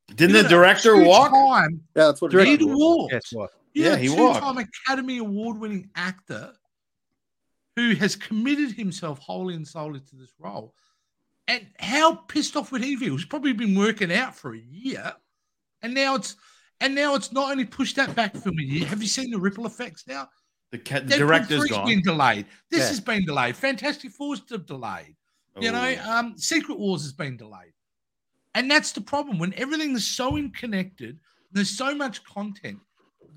Speaker 2: Didn't
Speaker 1: You
Speaker 2: the
Speaker 1: had a
Speaker 2: director
Speaker 1: two
Speaker 2: walk?
Speaker 1: Time.
Speaker 4: yeah, that's what it
Speaker 1: He
Speaker 4: is.
Speaker 1: walked.
Speaker 3: Guess what?
Speaker 1: You're
Speaker 2: Yeah,
Speaker 1: a
Speaker 2: he walked.
Speaker 1: two-time Academy Award-winning actor who has committed himself wholly and solely to this role. And how pissed off would he be? He's probably been working out for a year, and now it's and now it's not only pushed that back from a year. Have you seen the ripple effects now?
Speaker 2: The ca-
Speaker 1: Deadpool
Speaker 2: director's
Speaker 1: 3's
Speaker 2: gone.
Speaker 1: been delayed. This
Speaker 3: Yeah.
Speaker 1: has been delayed. Fantastic Four's de- delayed. You know,
Speaker 2: Oh.
Speaker 1: um, Secret Wars has been delayed. And that's the problem. When everything is so interconnected, there's so much content,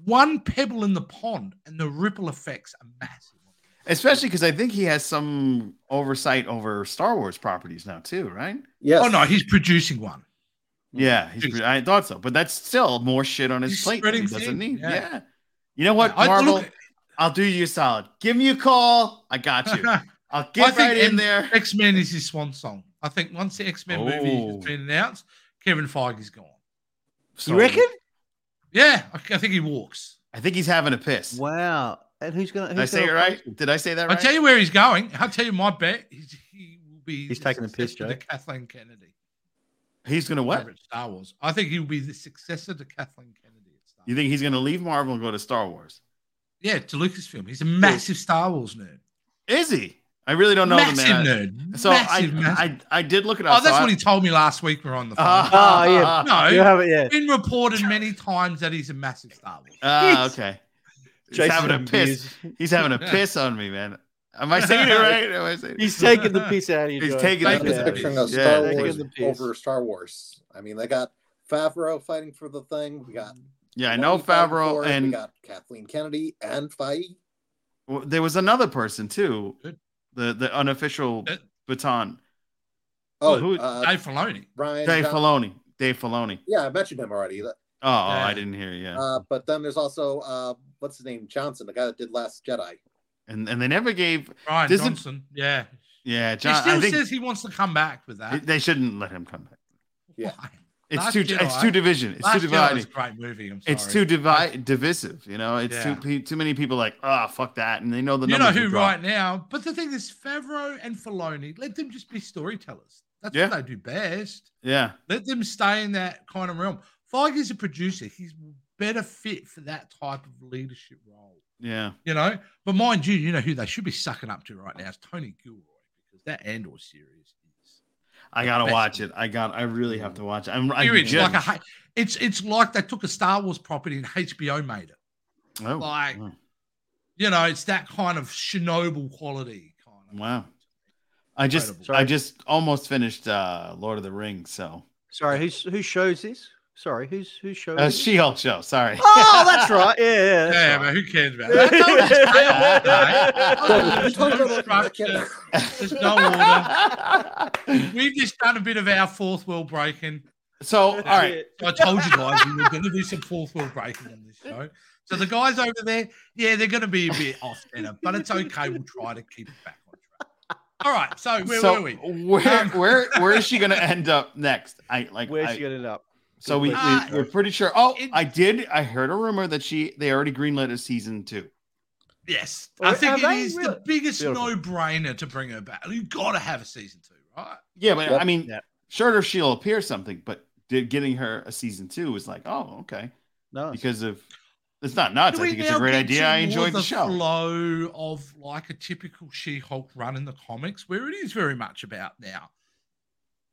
Speaker 1: one pebble in the pond and the ripple effects are massive.
Speaker 2: Especially because I think he has some oversight over Star Wars properties now too, right?
Speaker 4: Yes.
Speaker 1: Oh, no, he's producing one.
Speaker 2: Yeah, he's,
Speaker 1: Jeez.
Speaker 2: I thought so, but that's still more shit on his
Speaker 1: He's
Speaker 2: plate. that He
Speaker 1: spreading
Speaker 2: doesn't
Speaker 1: thin,
Speaker 2: need. Yeah.
Speaker 1: yeah.
Speaker 2: you know what,
Speaker 1: I,
Speaker 2: Marvel?
Speaker 1: look,
Speaker 2: I'll do you a solid. Give me a call. I got you. I'll get
Speaker 1: think
Speaker 2: right in
Speaker 1: in-
Speaker 2: there.
Speaker 1: X-Men is his swan song. I think once the X-Men movie has
Speaker 2: Oh.
Speaker 1: been announced, Kevin Feige's gone.
Speaker 2: So,
Speaker 3: You reckon?
Speaker 1: Yeah, I, I think he walks.
Speaker 2: I think he's having a piss.
Speaker 3: Wow. And who's gonna? Who's
Speaker 2: Did I say it
Speaker 3: gonna
Speaker 2: right?
Speaker 3: replace him?
Speaker 2: Did I say that
Speaker 1: I'll
Speaker 2: right?
Speaker 1: tell you where he's going. I'll tell you my bet. He's, be
Speaker 3: He's taking the piss,
Speaker 1: successor to
Speaker 3: Jay.
Speaker 1: Kathleen Kennedy.
Speaker 2: He's gonna what?
Speaker 1: favorite Star Wars. I think he'll be the successor to Kathleen Kennedy. At Star
Speaker 2: You think he's gonna leave Marvel and go to Star Wars?
Speaker 1: Yeah, to Lucasfilm. He's a massive Star Wars nerd.
Speaker 2: Is he? I really don't know
Speaker 1: massive
Speaker 2: the man.
Speaker 1: nerd.
Speaker 2: So
Speaker 1: massive,
Speaker 2: I,
Speaker 1: massive.
Speaker 2: I I did look it up.
Speaker 1: oh, that's
Speaker 2: so
Speaker 1: what
Speaker 2: I-
Speaker 1: he told me last week. We we're on the phone.
Speaker 2: Ah,
Speaker 3: Oh, yeah.
Speaker 1: no,
Speaker 3: You have it, yeah.
Speaker 1: it's been reported many times that he's a massive Star Wars.
Speaker 2: Ah, okay. He's having a
Speaker 3: Jason
Speaker 2: piss.
Speaker 3: Voorhees.
Speaker 2: He's having a piss on me, man. Am I saying it right? Am I saying it?
Speaker 3: He's taking the piss out of you.
Speaker 2: He's
Speaker 3: Joe.
Speaker 2: taking the
Speaker 4: I'm
Speaker 2: piss
Speaker 4: just
Speaker 2: out of
Speaker 4: picturing
Speaker 2: you.
Speaker 4: a
Speaker 2: Yeah,
Speaker 4: Star
Speaker 2: they
Speaker 3: give
Speaker 4: Wars
Speaker 3: the piece.
Speaker 4: over Star Wars. I mean, they got Favreau fighting for the thing. We got
Speaker 2: Yeah, I know
Speaker 4: Filoni fighting
Speaker 2: Favreau
Speaker 4: for it. we
Speaker 2: and
Speaker 4: got Kathleen Kennedy and Feige.
Speaker 2: well, there was another person too.
Speaker 1: Good.
Speaker 2: The the unofficial
Speaker 1: Uh,
Speaker 2: baton.
Speaker 4: Oh,
Speaker 2: Who-
Speaker 4: uh,
Speaker 1: Dave Filoni.
Speaker 4: Ryan.
Speaker 2: Dave
Speaker 4: Johnson.
Speaker 2: Filoni. Dave Filoni.
Speaker 4: Yeah, I mentioned him already.
Speaker 2: Oh,
Speaker 1: Yeah.
Speaker 2: I didn't hear. Yeah,
Speaker 4: Uh, but then there's also uh, what's his name Johnson, the guy that did Last Jedi.
Speaker 2: and and they never gave.
Speaker 1: Ryan
Speaker 2: Doesn't-
Speaker 1: Johnson. Yeah.
Speaker 2: Yeah,
Speaker 1: he
Speaker 2: John.
Speaker 1: still
Speaker 2: I think
Speaker 1: says he wants to come back with that.
Speaker 2: they shouldn't let him come back.
Speaker 4: Yeah.
Speaker 1: Why?
Speaker 2: It's
Speaker 1: Last
Speaker 2: too.
Speaker 1: Jedi-
Speaker 2: It's too division. It's
Speaker 1: Last
Speaker 2: too
Speaker 1: Jedi was
Speaker 2: dividing.
Speaker 1: a great movie. I'm sorry.
Speaker 2: It's too divi- divisive. You know, it's
Speaker 1: Yeah.
Speaker 2: too pe- too many people like ah fuck that, and they know the
Speaker 1: You
Speaker 2: numbers.
Speaker 1: know who
Speaker 2: will drop.
Speaker 1: right now, but the thing is, Favreau and Filoni, let them just be storytellers. That's
Speaker 2: Yeah.
Speaker 1: what they do best.
Speaker 2: Yeah,
Speaker 1: Let them stay in that kind of realm. Feige's a producer; he's better fit for that type of leadership role.
Speaker 2: yeah.
Speaker 1: You know, but mind you, you know who they should be sucking up to right now is Tony Gilroy because that Andor series is
Speaker 2: I gotta
Speaker 1: Best.
Speaker 2: watch it. I got. I really have to watch. It. I'm. I
Speaker 1: Period. It's
Speaker 2: just-
Speaker 1: like a hi- it's it's like they took a Star Wars property and HBO made it.
Speaker 2: Oh,
Speaker 1: like-
Speaker 2: wow.
Speaker 1: You know, it's that kind of Chernobyl quality kind of.
Speaker 2: Wow. I just.
Speaker 1: Incredible.
Speaker 2: I just almost finished uh Lord of the Rings. So
Speaker 3: Sorry, who's who shows this? Sorry, who's who shows?
Speaker 2: uh,
Speaker 3: this?
Speaker 2: She-Hulk show. Sorry.
Speaker 3: Oh, that's right. Yeah, yeah. that's
Speaker 1: Yeah,
Speaker 3: right.
Speaker 1: but who cares about
Speaker 3: Yeah.
Speaker 1: that? That's how it's chaos, mate. There's
Speaker 4: Oh, you talked
Speaker 1: no
Speaker 4: about Last Jedi.
Speaker 1: structure. There's no order. We've just done a bit of our fourth wheel breaking.
Speaker 2: so all right.
Speaker 1: I told you guys we were going to do some fourth wheel breaking on this show. So the guys over there, yeah, they're going to be a bit off center, but it's okay. We'll try to keep it back on track. All right. So where
Speaker 2: so
Speaker 1: were we?
Speaker 2: where
Speaker 1: Um,
Speaker 2: where where is she gonna end up next? I like.
Speaker 3: Where's
Speaker 2: I-
Speaker 3: she gonna end up?
Speaker 2: so we, we
Speaker 1: Ah.
Speaker 2: we're pretty sure. Oh,
Speaker 1: It-
Speaker 2: I did. I heard a rumor that she they already greenlit a season two.
Speaker 1: Yes.
Speaker 3: Or
Speaker 1: I think it
Speaker 3: are they
Speaker 1: is
Speaker 3: really-
Speaker 1: the biggest
Speaker 3: Beautiful.
Speaker 1: no brainer to bring her back. You've got to have a season two, right?
Speaker 2: Yeah, but
Speaker 4: Yep.
Speaker 2: I mean,
Speaker 3: Yeah.
Speaker 2: sure if she'll appear something, but did getting her a season two was like, oh, okay,
Speaker 3: No,
Speaker 2: because of it's not nuts.
Speaker 1: Do
Speaker 2: I
Speaker 1: we
Speaker 2: think it's a
Speaker 1: now
Speaker 2: great
Speaker 1: get
Speaker 2: idea.
Speaker 1: to
Speaker 2: I
Speaker 1: more
Speaker 2: enjoyed the, show.
Speaker 1: flow of like a typical She-Hulk run in the comics, where it is very much about now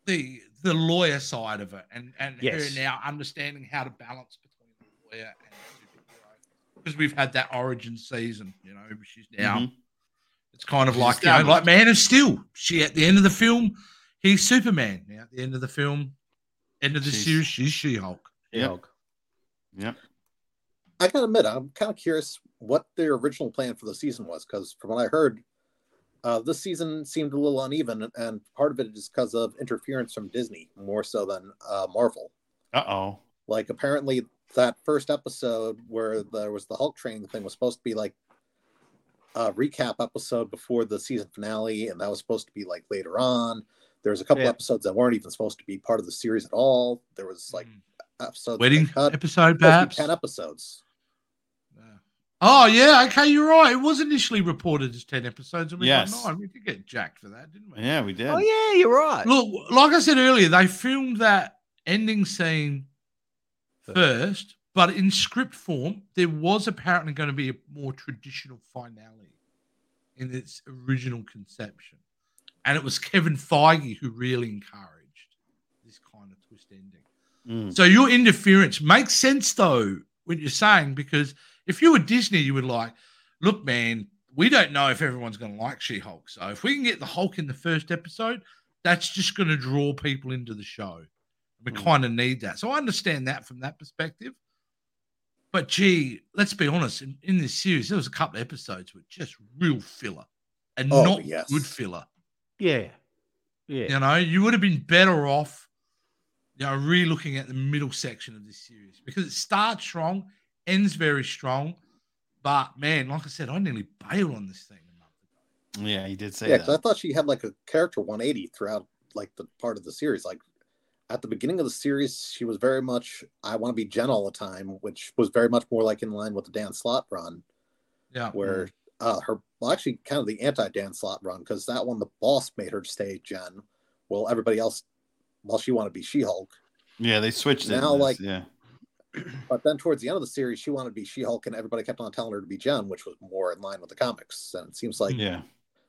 Speaker 1: the the lawyer side of it, and and
Speaker 3: Yes.
Speaker 1: her now understanding how to balance between the lawyer and the superhero. Because we've had that origin season, you know, she's now
Speaker 2: Mhm.
Speaker 1: it's kind of
Speaker 2: She's
Speaker 1: like you know,
Speaker 2: established.
Speaker 1: like Man of Steel. She at the end of the film, he's Superman. Now at the end of the film, end of the
Speaker 2: She's-
Speaker 1: series, she's She-Hulk.
Speaker 2: Yep.
Speaker 3: Hulk.
Speaker 2: Yep.
Speaker 4: I gotta admit, I'm kind of curious what their original plan for the season was, because from what I heard, uh, this season seemed a little uneven, and part of it is because of interference from Disney more so than uh, Marvel.
Speaker 2: Uh oh.
Speaker 4: Like apparently, that first episode where there was the Hulk training thing was supposed to be like a recap episode before the season finale, and that was supposed to be like later on. There was a couple
Speaker 3: Yeah.
Speaker 4: episodes that weren't even supposed to be part of the series at all. There was like
Speaker 1: Mm.
Speaker 4: episodes that
Speaker 1: wedding
Speaker 4: they cut.
Speaker 1: episode,
Speaker 4: Supposed
Speaker 1: perhaps.
Speaker 4: to be ten episodes.
Speaker 1: Yeah. Oh yeah, okay, you're right. It was initially reported as ten episodes, and we
Speaker 2: Yes.
Speaker 1: got nine. We did get jacked for that, didn't we?
Speaker 2: Yeah, we did.
Speaker 3: Oh yeah, you're right.
Speaker 1: Look, like I said earlier, they filmed that ending scene first, but in script form, there was apparently going to be a more traditional finale in its original conception, and it was Kevin Feige who really encouraged this kind of twist ending.
Speaker 2: Mm.
Speaker 1: So your interference makes sense though, what you're saying, because if you were Disney, you would like, look, man, we don't know if everyone's gonna like She-Hulk. So if we can get the Hulk in the first episode, that's just gonna draw people into the show. We
Speaker 2: Mm.
Speaker 1: kind of need that. So I understand that from that perspective. But gee, let's be honest, in, in this series, there was a couple of episodes with just real filler and
Speaker 4: Oh,
Speaker 1: not
Speaker 4: yes.
Speaker 1: good filler.
Speaker 3: Yeah, yeah.
Speaker 1: You know, you would have been better off, you know, re looking at the middle section of this series because it starts strong, ends very strong. But man, like I said, I nearly bailed on this thing a month ago.
Speaker 2: Yeah, you did say
Speaker 4: Yeah, 'cause I
Speaker 2: that.
Speaker 4: thought she had like a character 180 throughout like the part of the series. Like at the beginning of the series, she was very much I want to be Jen all the time, which was very much more like in line with the Dan Slot run,
Speaker 1: Yeah.
Speaker 4: where uh, her well, actually kind of the anti Dan Slot run because that one the boss made her stay Jen, while everybody else, while she wanted to be She Hulk.
Speaker 2: Yeah, they switched it in
Speaker 4: Now,
Speaker 2: this,
Speaker 4: like-
Speaker 2: yeah,
Speaker 1: Mm-hmm.
Speaker 4: But then towards the end of the series, she wanted to be She Hulk, and everybody kept on telling her to be Jen, which was more in line with the comics. And it seems like
Speaker 2: yeah,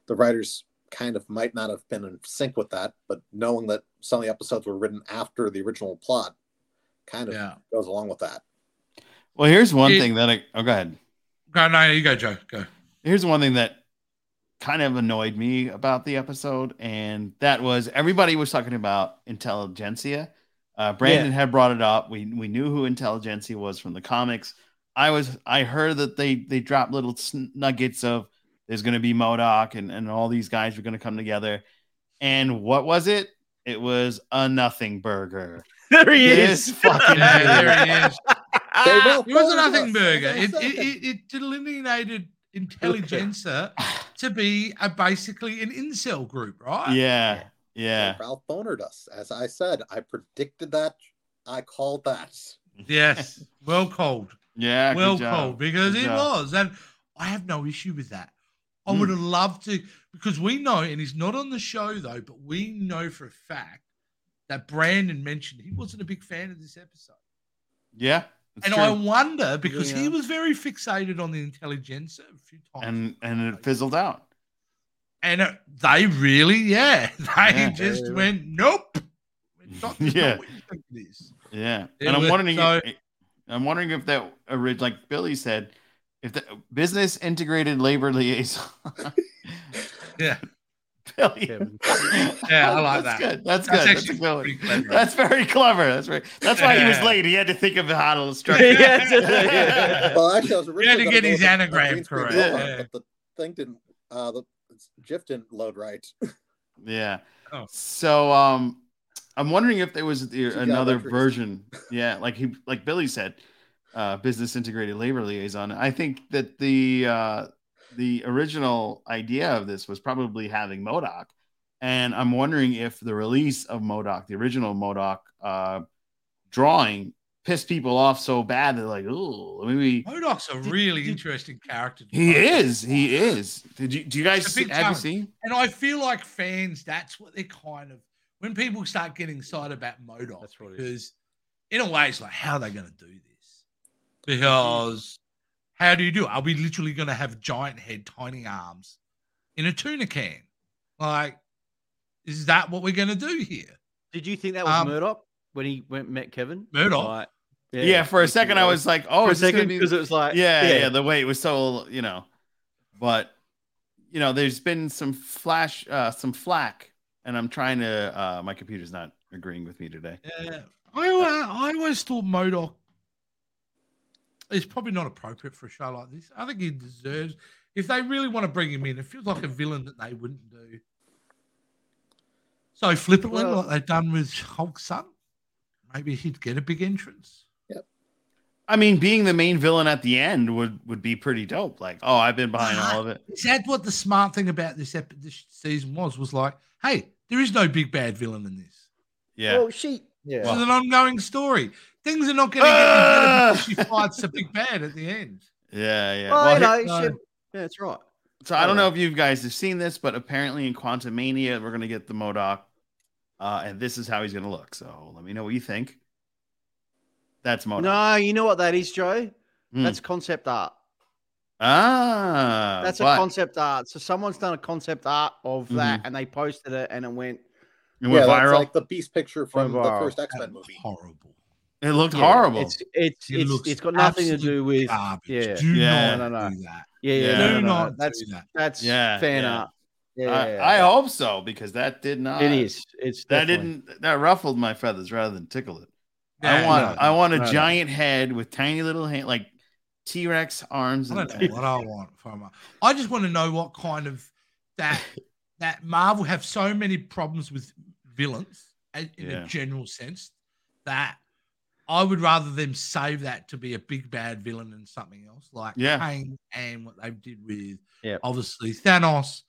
Speaker 4: the writers kind of might not have been in sync with that, but knowing that some of the episodes were written after the original plot kind of
Speaker 1: Yeah.
Speaker 4: goes along with that.
Speaker 2: well, here's one
Speaker 1: It-
Speaker 2: thing that I oh, go ahead.
Speaker 1: Go, no, you go, Joe. Go.
Speaker 2: here's one thing that kind of annoyed me about the episode, and that was everybody was talking about intelligentsia. Uh, Brandon had brought it up. We we knew who intelligentsia was from the comics. I was I heard that they they dropped little sn- nuggets of there's going to be Modoc and and all these guys are going to come together. And what was it? It was a nothing burger.
Speaker 3: There he
Speaker 2: This
Speaker 3: is.
Speaker 2: fucking
Speaker 1: Yeah, there it is.
Speaker 4: They
Speaker 2: Ah!
Speaker 4: will
Speaker 1: Ah, It was a
Speaker 4: follow us
Speaker 1: nothing
Speaker 4: in
Speaker 1: burger.
Speaker 4: a
Speaker 1: It, it,
Speaker 4: second.
Speaker 1: it, it delineated intelligencer to be a basically an incel group, right?
Speaker 2: Yeah, yeah.
Speaker 4: And Ralph bonered us. As I said, I predicted that. I called that.
Speaker 1: Yes. Well called.
Speaker 2: Yeah. good
Speaker 1: well
Speaker 2: job.
Speaker 1: cold because
Speaker 2: Good
Speaker 1: it
Speaker 2: job.
Speaker 1: was. And I have no issue with that. I
Speaker 2: Hmm.
Speaker 1: would have loved to because we know, and he's not on the show though, but we know for a fact that Brandon mentioned he wasn't a big fan of this episode.
Speaker 2: Yeah. it's
Speaker 1: and
Speaker 2: true.
Speaker 1: I wonder because he
Speaker 3: Yeah.
Speaker 1: was very fixated on the intelligence a few times.
Speaker 2: and and it fizzled out.
Speaker 1: And uh, they really, yeah, they
Speaker 2: Yeah.
Speaker 1: just went, nope. We're not, there's no
Speaker 2: Yeah.
Speaker 1: way you think it is."
Speaker 2: Yeah,
Speaker 1: It
Speaker 2: and I'm
Speaker 1: was-
Speaker 2: wondering.
Speaker 1: so-
Speaker 2: if, eh, I'm wondering if that orig- like Billy said, if the business integrated labor liaison.
Speaker 1: Yeah.
Speaker 2: Billy.
Speaker 3: Kevin.
Speaker 1: Yeah, I like
Speaker 2: That's
Speaker 1: that.
Speaker 2: Good.
Speaker 1: That's
Speaker 2: That's, good.
Speaker 1: actually
Speaker 2: That's, a good
Speaker 1: pretty
Speaker 2: one.
Speaker 1: clever.
Speaker 2: That's very clever. That's right. That's why he was
Speaker 1: Yeah.
Speaker 2: late. He had to think of how to structure. it.
Speaker 3: Yes.
Speaker 4: Well, actually, I was originally
Speaker 1: to
Speaker 4: gonna
Speaker 1: get
Speaker 4: go
Speaker 1: his
Speaker 4: with the-
Speaker 1: anagram
Speaker 4: the green screen
Speaker 1: correct.
Speaker 4: roll-up,
Speaker 1: Yeah.
Speaker 4: But the thing didn't. Uh, the GIF didn't load right.
Speaker 2: Yeah.
Speaker 1: Oh.
Speaker 2: So um I'm wondering if there was the,
Speaker 4: got
Speaker 2: another
Speaker 4: electric.
Speaker 2: version. Yeah, like he like Billy said, uh business integrated labor liaison. I think that the uh the original idea of this was probably having Modoc. And I'm wondering if the release of Modoc, the original Modoc uh drawing pissed people off so bad they're like, ooh, maybe
Speaker 1: Modoc's a
Speaker 2: Did-
Speaker 1: really
Speaker 2: did-
Speaker 1: interesting character. to
Speaker 2: he
Speaker 1: focus
Speaker 2: is,
Speaker 1: on.
Speaker 2: he is. Did you do you guys
Speaker 1: It's a
Speaker 2: see,
Speaker 1: big
Speaker 2: have you
Speaker 1: talent.
Speaker 2: seen?
Speaker 1: And I feel like fans, that's what they're kind of when people start getting excited about Modoc,
Speaker 3: That's what it
Speaker 1: because in a way, it's like, how are they going to do this? Because how do you do? it? Are we literally going to have giant head, tiny arms in a tuna can? Like, is that what we're going to do here?
Speaker 3: Did you think that was
Speaker 1: Um,
Speaker 3: Murdoch when he went met Kevin?
Speaker 1: Murdoch?
Speaker 3: Like,
Speaker 2: Yeah, for a second I was like, oh,
Speaker 3: for a
Speaker 2: is this gonna
Speaker 3: second
Speaker 2: be-
Speaker 3: because it was like
Speaker 2: yeah, yeah, The weight was so you know, but you know, there's been some flash, uh, some flack, and I'm trying to. Uh, my computer's not agreeing with me today.
Speaker 1: Yeah. I, uh, I always thought Modoc is probably not appropriate for a show like this. I think he deserves, if they really want to bring him in, it feels like a villain that they wouldn't do. So flippantly,
Speaker 3: Well-
Speaker 1: like they've done with Hulk's son, maybe he'd get a big entrance.
Speaker 2: I mean, being the main villain at the end would would be pretty dope. Like, oh, I've been behind all of it.
Speaker 1: Is that what the smart thing about this, ep- this season was? Was like, hey, there is no big bad villain in this.
Speaker 2: Yeah,
Speaker 3: Well, she yeah.
Speaker 1: This is an ongoing story. Things are not going to
Speaker 2: Ah!
Speaker 1: get any better because she fights the big bad at the end.
Speaker 2: yeah, yeah.
Speaker 3: Well,
Speaker 2: Well,
Speaker 3: you
Speaker 2: here-
Speaker 3: know,
Speaker 1: no.
Speaker 3: she- yeah, that's right.
Speaker 2: so I don't know if you guys have seen this, but apparently in Quantum Mania, we're gonna get the Modoc, uh, and this is how he's gonna look. So let me know what you think. That's Modoc.
Speaker 3: No, you know what that is, Joe?
Speaker 2: Hmm.
Speaker 3: That's concept art.
Speaker 2: ah,
Speaker 3: That's a
Speaker 2: but-
Speaker 3: concept art. So someone's done a concept art of
Speaker 2: Mm-hmm.
Speaker 3: that, and they posted it, and it went.
Speaker 2: It
Speaker 3: uh,
Speaker 2: went
Speaker 4: that's
Speaker 2: viral.
Speaker 4: like the beast picture from
Speaker 3: Went
Speaker 4: the
Speaker 3: viral.
Speaker 4: first X
Speaker 1: That
Speaker 4: Men
Speaker 1: was
Speaker 4: movie.
Speaker 1: horrible.
Speaker 2: It looked
Speaker 3: yeah,
Speaker 2: horrible.
Speaker 3: It's it's
Speaker 1: It
Speaker 3: it's,
Speaker 1: looks
Speaker 3: it's got nothing to
Speaker 1: absolute
Speaker 3: do with.
Speaker 1: garbage.
Speaker 3: Yeah.
Speaker 1: Do
Speaker 2: Yeah.
Speaker 1: not
Speaker 3: No, no, no.
Speaker 1: do that.
Speaker 3: Yeah, yeah,
Speaker 2: Yeah.
Speaker 3: no,
Speaker 1: do
Speaker 3: no, no,
Speaker 1: not
Speaker 3: That's
Speaker 1: do that.
Speaker 3: that's
Speaker 2: Yeah,
Speaker 3: fan
Speaker 2: yeah.
Speaker 3: art. Yeah,
Speaker 2: I, I hope so because that did not.
Speaker 3: it is. It's
Speaker 2: That
Speaker 3: definitely-
Speaker 2: didn't. That ruffled my feathers rather than tickled it. I
Speaker 1: Yeah,
Speaker 2: want.
Speaker 3: no,
Speaker 2: I want a
Speaker 3: no, no.
Speaker 2: giant head with tiny little hand, like T Rex arms.
Speaker 1: I
Speaker 2: And
Speaker 1: don't know what I want from her. I just want to know what kind of that that Marvel have so many problems with villains a- in
Speaker 2: Yeah.
Speaker 1: a general sense that I would rather them save that to be a big bad villain and something else like
Speaker 2: Yeah.
Speaker 1: Kang and what they did with
Speaker 3: Yep.
Speaker 1: obviously Thanos.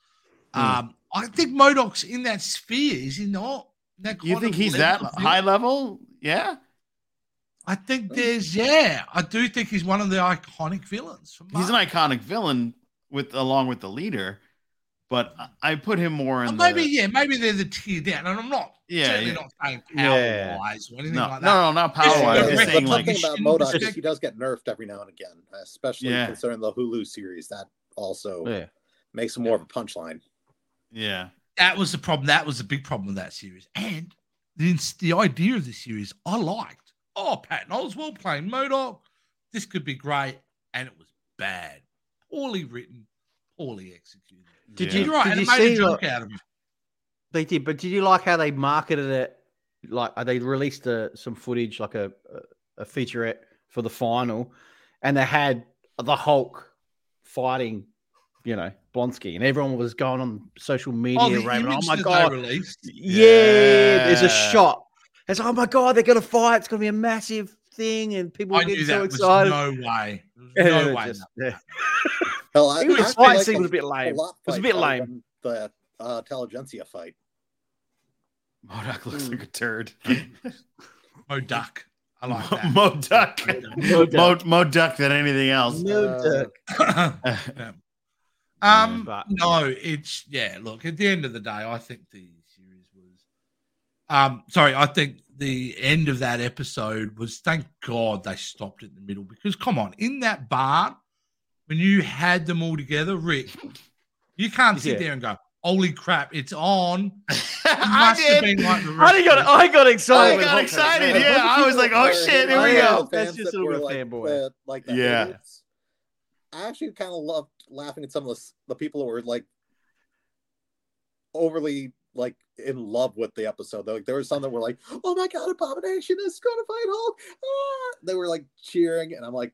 Speaker 2: Hmm.
Speaker 1: Um, I think Modoc's in that sphere, is he not? That
Speaker 2: you
Speaker 1: kind
Speaker 2: think
Speaker 1: of
Speaker 2: he's that
Speaker 1: level of villain?
Speaker 2: high level? Yeah.
Speaker 1: I think
Speaker 4: Hmm.
Speaker 1: there's yeah, I do think he's one of the iconic villains. From
Speaker 2: He's an
Speaker 1: Marvel.
Speaker 2: iconic villain, with along with the leader, but I- I put him more in.
Speaker 1: Or maybe,
Speaker 2: the,
Speaker 1: yeah, maybe they're the tier down. And I'm not
Speaker 2: yeah,
Speaker 1: certainly
Speaker 2: yeah.
Speaker 1: not saying power
Speaker 3: Yeah.
Speaker 1: wise or
Speaker 2: No,
Speaker 1: anything
Speaker 2: no,
Speaker 1: like that.
Speaker 2: no, not power
Speaker 1: the
Speaker 2: wise. I'm just
Speaker 1: record
Speaker 2: saying
Speaker 1: company
Speaker 2: like
Speaker 4: something about
Speaker 1: shouldn't
Speaker 4: Modoc is
Speaker 1: respect-
Speaker 4: he does get nerfed every now and again, especially
Speaker 2: Yeah.
Speaker 4: considering the Hulu series. That also
Speaker 3: Yeah.
Speaker 4: makes him more of a punchline.
Speaker 2: yeah,
Speaker 1: That was the problem. That was the big problem with that series. And the, ins- the idea of the series, I liked. Oh, Patton Oswald playing Modoc. This could be great. And it was bad. Poorly written, poorly executed.
Speaker 3: Did
Speaker 2: yeah.
Speaker 3: you-
Speaker 1: You're right. and
Speaker 3: you
Speaker 1: it made a
Speaker 3: see the-
Speaker 1: joke out of it.
Speaker 3: They did, but did you like how they marketed it? Like uh, they released uh some footage, like a a a featurette for the final, and they had the Hulk fighting, you know, Blonsky, and everyone was going on social media
Speaker 1: Oh, the
Speaker 3: raving, "Oh
Speaker 1: image
Speaker 3: my
Speaker 1: that
Speaker 3: god,
Speaker 1: they released.
Speaker 3: yeah, there's a
Speaker 2: Yeah.
Speaker 3: shot." It's oh my god, they're gonna fight. It's gonna be a massive thing, and people
Speaker 1: I
Speaker 3: are getting
Speaker 1: knew
Speaker 3: so
Speaker 1: that was
Speaker 3: excited.
Speaker 1: no way. There
Speaker 3: And
Speaker 1: was
Speaker 3: it
Speaker 1: No way.
Speaker 3: just-
Speaker 1: no.
Speaker 3: yeah.
Speaker 4: Hell, I,
Speaker 3: Even
Speaker 4: I
Speaker 3: his
Speaker 4: feel
Speaker 3: fight
Speaker 4: like
Speaker 3: scene
Speaker 4: the-
Speaker 3: was a bit
Speaker 4: the
Speaker 3: lame. It
Speaker 4: lot
Speaker 3: was a
Speaker 4: fight
Speaker 3: bit
Speaker 4: probably
Speaker 3: lame.
Speaker 4: won The uh, Intelligentsia fight.
Speaker 2: Modoc looks
Speaker 3: Mm.
Speaker 2: like a turd.
Speaker 1: Modoc. I like that.
Speaker 2: Modoc,
Speaker 3: No
Speaker 2: Mo-
Speaker 3: doubt.
Speaker 2: Modoc than anything else.
Speaker 3: No
Speaker 4: Uh,
Speaker 3: doubt.
Speaker 1: um,
Speaker 3: but-
Speaker 1: no, it's yeah. Look, at the end of the day, I think the series was. Um, sorry, I think the end of that episode was. Thank God they stopped it in the middle because, come on, in that barn when you had them all together, Rick, you can't sit
Speaker 3: Yeah.
Speaker 1: there and go, "Holy crap, it's on." You
Speaker 2: I
Speaker 1: must have
Speaker 2: did.
Speaker 1: been like the
Speaker 3: I
Speaker 1: rest
Speaker 3: got,
Speaker 1: of us.
Speaker 3: Oh, I got
Speaker 2: I
Speaker 3: excited. when
Speaker 2: got
Speaker 3: Hulk-
Speaker 2: excited,
Speaker 3: Yeah.
Speaker 2: yeah. I was like, oh, shit, here
Speaker 3: we go.
Speaker 4: Fans
Speaker 3: That's just
Speaker 4: that
Speaker 3: a little
Speaker 4: were,
Speaker 3: bit
Speaker 4: like,
Speaker 3: fanboy.
Speaker 4: the- like the
Speaker 2: Yeah.
Speaker 4: haters. I actually kind of loved laughing at some of the, s- the people who were like overly like in love with the episode. Though like, there was some that were like, "Oh my god, Abomination is going to fight Hulk!" Ah! They were like cheering, and I'm like,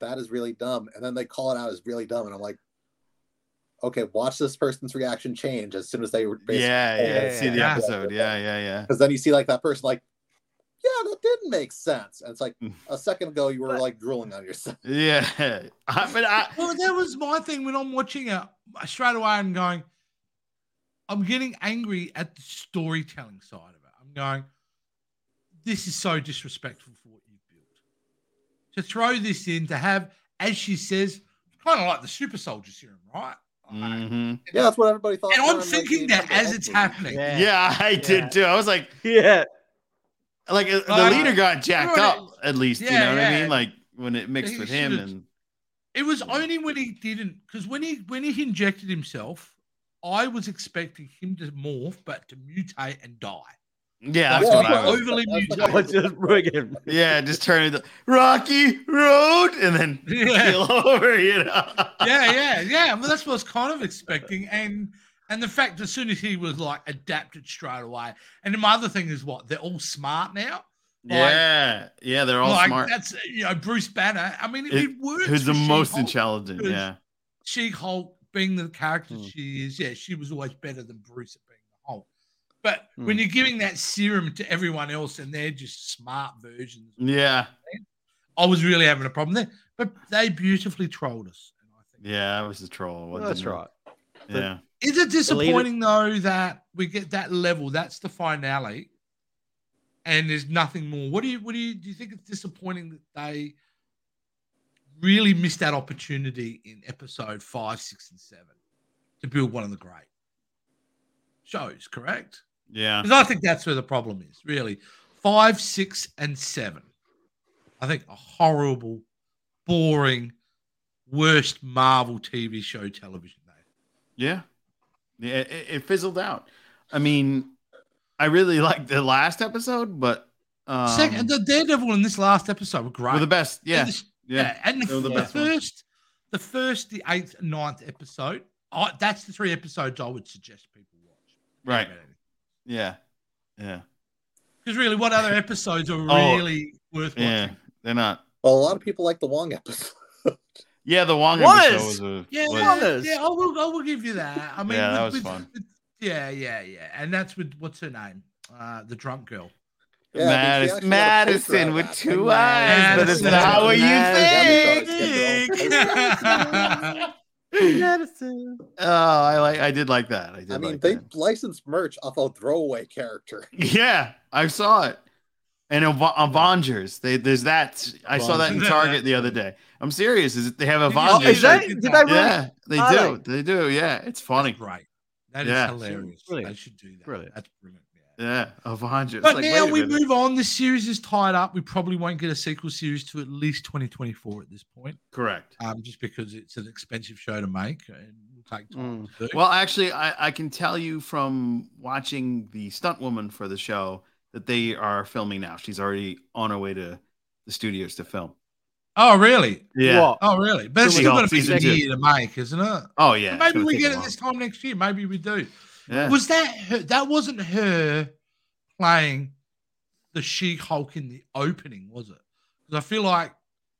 Speaker 4: "That is really dumb." And then they call it out as really dumb, and I'm like, "Okay, watch this person's reaction change as soon as they were."
Speaker 2: Yeah, yeah.
Speaker 3: Yeah.
Speaker 2: See the
Speaker 1: Yeah.
Speaker 2: episode. Yeah, yeah,
Speaker 4: Because then you see like that person like, yeah, that didn't make sense. And it's like
Speaker 2: Mm.
Speaker 4: a second ago you were
Speaker 3: But-
Speaker 4: like drooling on yourself.
Speaker 2: yeah, yeah. I, but I,
Speaker 1: Well, that was my thing when I'm watching it uh, straight away. I'm going, I'm getting angry at the storytelling side of it. I'm going, this is so disrespectful for what you've built. To throw this in, to have, as she says, kind of like the super soldier serum, right? Like,
Speaker 2: Mhm.
Speaker 4: Yeah, that's what everybody thought.
Speaker 1: And
Speaker 4: during,
Speaker 1: I'm
Speaker 4: like,
Speaker 1: thinking
Speaker 4: the
Speaker 1: that as
Speaker 4: Hulk
Speaker 1: it's
Speaker 4: movie.
Speaker 1: happening.
Speaker 3: Yeah.
Speaker 2: yeah, I
Speaker 3: Yeah.
Speaker 2: did too. I was like,
Speaker 3: Yeah.
Speaker 2: like uh, the
Speaker 1: Like,
Speaker 2: leader got jacked
Speaker 1: you know,
Speaker 2: up at least. you
Speaker 1: yeah,
Speaker 2: know what I
Speaker 1: yeah.
Speaker 2: mean? Like when it mixed
Speaker 1: He
Speaker 2: with him
Speaker 1: should've-
Speaker 2: and
Speaker 1: It was only when he didn't, because when he when he injected himself, I was expecting him to morph, but to mutate and die.
Speaker 2: yeah,
Speaker 1: Like,
Speaker 2: that's
Speaker 4: Yeah,
Speaker 2: what I
Speaker 4: well,
Speaker 2: was.
Speaker 1: overly
Speaker 4: that's
Speaker 1: mutated.
Speaker 4: what I
Speaker 3: I
Speaker 4: was-
Speaker 3: just friggin-
Speaker 2: Yeah, just turn into Rocky Road and then
Speaker 1: Yeah.
Speaker 2: keel over. You know?
Speaker 1: yeah, yeah, yeah. Well, that's what I was kind of expecting, and and the fact as soon as he was like adapted straight away. And then my other thing is what they're all smart now.
Speaker 2: yeah, yeah. They're all
Speaker 1: like
Speaker 2: smart.
Speaker 1: that's you know Bruce Banner. I mean, it,
Speaker 2: It-
Speaker 1: it works.
Speaker 2: Who's the
Speaker 1: for
Speaker 2: most
Speaker 1: She-Hulk.
Speaker 2: intelligent?
Speaker 1: Who's-
Speaker 2: Yeah,
Speaker 1: She-Hulk being the character
Speaker 3: Hmm.
Speaker 1: she is. Yeah, she was always better than Bruce at being the Hulk. But when
Speaker 3: Hmm.
Speaker 1: you're giving that serum to everyone else and they're just smart versions,
Speaker 2: yeah,
Speaker 1: I was really having a problem there. But they beautifully trolled us. And I think
Speaker 2: yeah. I was a troll. wasn't
Speaker 3: That's
Speaker 2: I?
Speaker 3: right.
Speaker 2: Yeah.
Speaker 1: Is it
Speaker 3: leader-
Speaker 1: disappointing though that we get that level? That's the finale, and there's nothing more. What do you what do you do? You think it's disappointing that they really missed that opportunity in episode five, six, and seven to build one of the great shows? Correct?
Speaker 2: Yeah.
Speaker 1: Because I think that's where the problem is. Really, five, six, and seven. I think a horrible, boring, worst Marvel TV show television.
Speaker 2: Yeah. Yeah. It, it fizzled out. I mean, I really liked the last episode, but um,
Speaker 1: Second, the Daredevil in this last episode were great.
Speaker 2: were the best.
Speaker 1: And
Speaker 2: Yeah.
Speaker 1: this- uh,
Speaker 2: Yeah.
Speaker 1: and
Speaker 2: they
Speaker 1: the,
Speaker 2: were the
Speaker 1: the
Speaker 2: best ones.
Speaker 1: first, the first, the eighth, and ninth episode. I, that's the three episodes I would suggest people watch.
Speaker 2: Right. Yeah. Yeah.
Speaker 1: Because really, what other episodes are
Speaker 2: Oh,
Speaker 1: really worth watching?
Speaker 2: Yeah.
Speaker 1: Yeah.
Speaker 2: They're not.
Speaker 4: Well, a lot of people like the Wong episode.
Speaker 2: Yeah. The Wong
Speaker 3: Was.
Speaker 2: episode was a.
Speaker 1: Yeah,
Speaker 2: was-
Speaker 3: What
Speaker 1: yeah,
Speaker 3: others?
Speaker 1: I will. I will give you that. I mean,
Speaker 2: Yeah, that
Speaker 1: with-
Speaker 2: was
Speaker 1: with-
Speaker 2: fun.
Speaker 1: with- yeah, yeah, yeah, and that's with what's her name, uh, the drunk girl.
Speaker 4: Yeah, I mean, she
Speaker 2: Madis-
Speaker 4: actually had a poster
Speaker 2: Madison
Speaker 4: of
Speaker 2: with
Speaker 4: that.
Speaker 2: two eyes,
Speaker 1: Madison.
Speaker 2: but it's not what you
Speaker 3: Madison.
Speaker 2: think.
Speaker 1: Madison.
Speaker 3: Oh, Madison.
Speaker 2: Oh, I like. I did like that. I did.
Speaker 4: I mean,
Speaker 2: like
Speaker 4: they
Speaker 2: that.
Speaker 4: licensed merch off a throwaway character.
Speaker 2: Yeah, I saw it. and Av- Avengers. They, there's that. I saw that in
Speaker 1: Avengers.
Speaker 2: Target the other day. I'm serious. Is it, they have
Speaker 1: Did you
Speaker 2: Avengers.
Speaker 1: see
Speaker 3: is that-
Speaker 1: they did
Speaker 3: did
Speaker 1: that?
Speaker 3: they really-
Speaker 2: yeah, they do.
Speaker 3: Are
Speaker 2: They do. Yeah, it's funny.
Speaker 1: Great. That is
Speaker 2: Yeah.
Speaker 1: hilarious.
Speaker 3: Brilliant.
Speaker 1: They should do that.
Speaker 3: Brilliant.
Speaker 1: That's brilliant. Yeah.
Speaker 2: Yeah, Avengers.
Speaker 1: But
Speaker 2: Like,
Speaker 1: now
Speaker 2: wait a
Speaker 1: we
Speaker 2: minute.
Speaker 1: move on. The series is tied up. We probably won't get a sequel series to at least 2024 at this point,
Speaker 2: Correct.
Speaker 1: um, just because it's an expensive show to make and will take
Speaker 3: Mm.
Speaker 1: time. to do.
Speaker 2: Well, actually, I, I can tell you from watching the stunt woman for the show that they are filming now. She's already on her way to the studios to film.
Speaker 1: oh really?
Speaker 3: What?
Speaker 1: Oh really? But it's
Speaker 2: She
Speaker 1: still
Speaker 2: Hulk
Speaker 1: going to be
Speaker 2: season
Speaker 1: a
Speaker 2: two.
Speaker 1: year to make, isn't it?
Speaker 2: Oh yeah. it's
Speaker 1: Maybe
Speaker 2: gonna
Speaker 1: we
Speaker 2: take
Speaker 1: get
Speaker 2: a
Speaker 1: it
Speaker 2: while.
Speaker 1: this time next year. Maybe we do.
Speaker 2: Yeah.
Speaker 1: Was that her, that wasn't her playing the She Hulk in the opening, was it? Because I feel like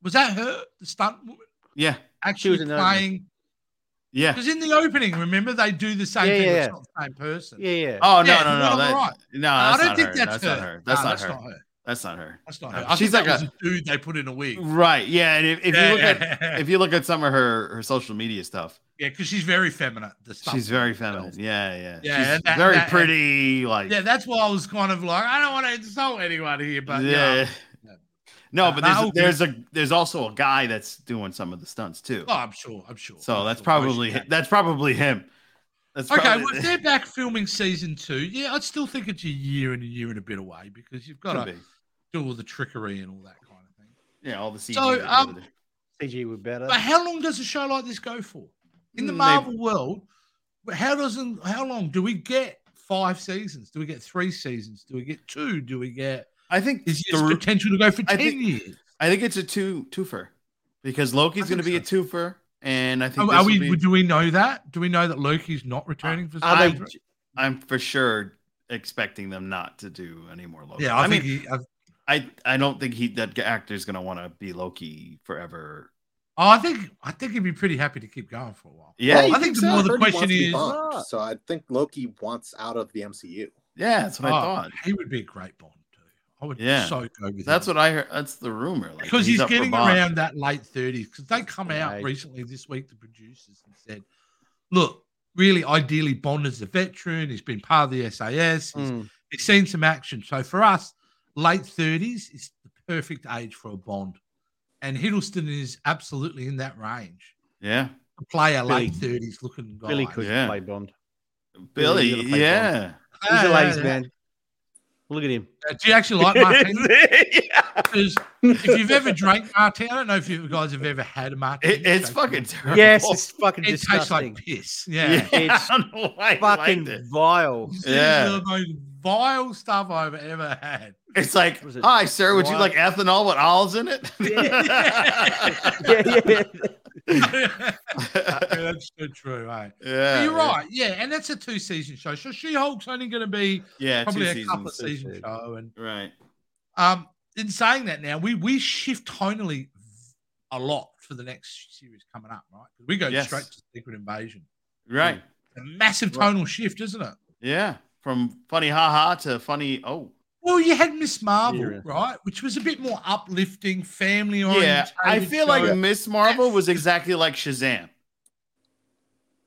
Speaker 1: was that her, the stunt woman,
Speaker 2: Yeah.
Speaker 1: actually
Speaker 3: in the opening.
Speaker 1: playing?
Speaker 2: Yeah.
Speaker 1: Because in the opening, remember they do the same
Speaker 3: Yeah,
Speaker 1: thing. but
Speaker 3: yeah,
Speaker 1: It's
Speaker 3: yeah.
Speaker 1: not the same person.
Speaker 3: Yeah, yeah.
Speaker 1: Yeah,
Speaker 2: Oh no no
Speaker 1: you're
Speaker 2: no
Speaker 1: on the
Speaker 2: that,
Speaker 1: right.
Speaker 2: no
Speaker 1: I
Speaker 2: that's
Speaker 1: don't
Speaker 2: not
Speaker 1: think
Speaker 2: her.
Speaker 1: that's, her.
Speaker 2: not her. That's
Speaker 1: No,
Speaker 2: not
Speaker 1: that's
Speaker 2: her.
Speaker 1: not her.
Speaker 2: That's not her.
Speaker 1: That's not
Speaker 2: No,
Speaker 1: her. I
Speaker 2: she's
Speaker 1: think that
Speaker 2: like
Speaker 1: was a dude they put in a wig.
Speaker 2: Right. Yeah. And if, if you look at
Speaker 1: yeah,
Speaker 2: if you look at some of her her social media stuff,
Speaker 1: because she's very feminine. The stuff.
Speaker 2: she's very feminine. Yeah, yeah.
Speaker 1: Yeah,
Speaker 2: she's
Speaker 1: and that-
Speaker 2: very
Speaker 1: that- and-
Speaker 2: pretty. Like
Speaker 1: Yeah, that's why I was kind of like, I don't want to insult anyone here, but yeah.
Speaker 2: yeah. No,
Speaker 1: Yeah,
Speaker 2: but
Speaker 1: nah,
Speaker 2: there's
Speaker 1: okay.
Speaker 2: there's a there's also a guy that's doing some of the stunts too.
Speaker 1: Oh, I'm sure. I'm sure.
Speaker 2: so
Speaker 1: I'm
Speaker 2: that's
Speaker 1: sure.
Speaker 2: probably
Speaker 1: Okay,
Speaker 2: that's probably him. That's probably,
Speaker 1: well, if they're back filming season two, yeah, I'd still think it's a year and a year and a bit away because you've got
Speaker 2: could
Speaker 1: to
Speaker 2: be.
Speaker 1: do all the trickery and all that kind of thing.
Speaker 2: Yeah, all the CG.
Speaker 1: So,
Speaker 2: that
Speaker 1: um,
Speaker 2: they did.
Speaker 3: CG would better.
Speaker 1: But how long does a show like this go for? In the
Speaker 2: Mm, they-
Speaker 1: Marvel world, how doesn't how long do we get five seasons? Do we get three seasons? Do we get two? Do we get
Speaker 2: I think
Speaker 1: is
Speaker 2: the
Speaker 1: there
Speaker 2: ru-
Speaker 1: potential to go for
Speaker 2: I
Speaker 1: ten
Speaker 2: think-
Speaker 1: years?
Speaker 2: I think it's a two twofer because
Speaker 1: I
Speaker 2: Loki's going to be
Speaker 1: think
Speaker 2: a twofer, and I think
Speaker 1: Are,
Speaker 2: this
Speaker 1: are
Speaker 2: will
Speaker 1: we
Speaker 2: be-
Speaker 1: do we know that? Do we know that Loki's not returning for
Speaker 3: Are
Speaker 1: season
Speaker 3: they,
Speaker 1: three?
Speaker 2: I'm for sure expecting them not to do any more Loki.
Speaker 1: Yeah, I,
Speaker 2: mean,
Speaker 1: think he, I,
Speaker 2: I I don't think he that actor's gonna want to be Loki forever.
Speaker 1: oh, I think I think he'd be pretty happy to keep going for a while.
Speaker 2: Yeah,
Speaker 1: I
Speaker 2: you
Speaker 1: think the more the
Speaker 4: Heard he wants
Speaker 1: question
Speaker 4: to be
Speaker 1: is,
Speaker 4: Bond,
Speaker 3: Ah.
Speaker 4: so I think Loki wants out of the MCU.
Speaker 2: Yeah, that's what I
Speaker 1: oh,
Speaker 2: thought.
Speaker 1: he would be a great Bond too. I would
Speaker 2: Yeah.
Speaker 1: so go with
Speaker 2: That's
Speaker 1: him.
Speaker 2: what I heard. That's the rumor. Like,
Speaker 1: because he's,
Speaker 2: up for
Speaker 1: getting
Speaker 2: Bond.
Speaker 1: around that late 30s because they come out
Speaker 3: Right.
Speaker 1: recently this week the producers and said look really ideally bond is a veteran he's been part of the sas he's,
Speaker 3: Mm,
Speaker 1: he's seen some action so for us late 30s is the perfect age for a bond and hiddleston is absolutely in that range
Speaker 2: Yeah,
Speaker 1: to play a
Speaker 3: Billy-
Speaker 1: late 30s looking guy
Speaker 3: Billy could
Speaker 2: Yeah.
Speaker 3: play Bond.
Speaker 2: Billy.
Speaker 3: Billy, you're gonna play
Speaker 2: yeah,
Speaker 3: He's
Speaker 1: Yeah,
Speaker 3: a
Speaker 1: yeah,
Speaker 3: ladies'
Speaker 1: yeah.
Speaker 3: man. Look at him.
Speaker 1: Uh, do you actually like martini
Speaker 3: yeah.
Speaker 1: because if you've ever drank martini i don't know if you guys have ever had a martini
Speaker 2: It- it's
Speaker 1: so-
Speaker 2: fucking terrible.
Speaker 3: Yes, it's fucking
Speaker 1: it tastes
Speaker 3: disgusting.
Speaker 1: like piss
Speaker 2: yeah.
Speaker 1: yeah.
Speaker 2: I
Speaker 3: It's
Speaker 2: don't know why I liked it.
Speaker 3: fucking vile.
Speaker 1: This
Speaker 2: Yeah.
Speaker 1: is the most vile stuff I've ever had.
Speaker 2: It's like,
Speaker 3: Was it
Speaker 2: hi, sir. Would you
Speaker 3: wild?
Speaker 2: like ethanol with olives in it?
Speaker 3: Yeah, yeah.
Speaker 1: Yeah, that's so true, right?
Speaker 2: Yeah,
Speaker 1: you're
Speaker 2: yeah.
Speaker 1: right, yeah, and that's a two season show. So She Hulk's only going to be
Speaker 2: Yeah,
Speaker 1: probably
Speaker 2: two
Speaker 1: a couple of
Speaker 2: seasons.
Speaker 1: season
Speaker 3: seasons.
Speaker 1: show. And
Speaker 2: Right.
Speaker 1: um, in saying that, now we we shift tonally a lot for the next series coming up, right? We go
Speaker 2: Yes.
Speaker 1: straight to Secret Invasion.
Speaker 2: Right.
Speaker 1: A massive
Speaker 2: Right.
Speaker 1: tonal shift, isn't it?
Speaker 2: Yeah. From funny haha to funny oh.
Speaker 1: Well, you had Miss Marvel,
Speaker 3: Yeah.
Speaker 1: right, which was a bit more uplifting, family oriented.
Speaker 2: Yeah. I feel like Miss Marvel was exactly like Shazam.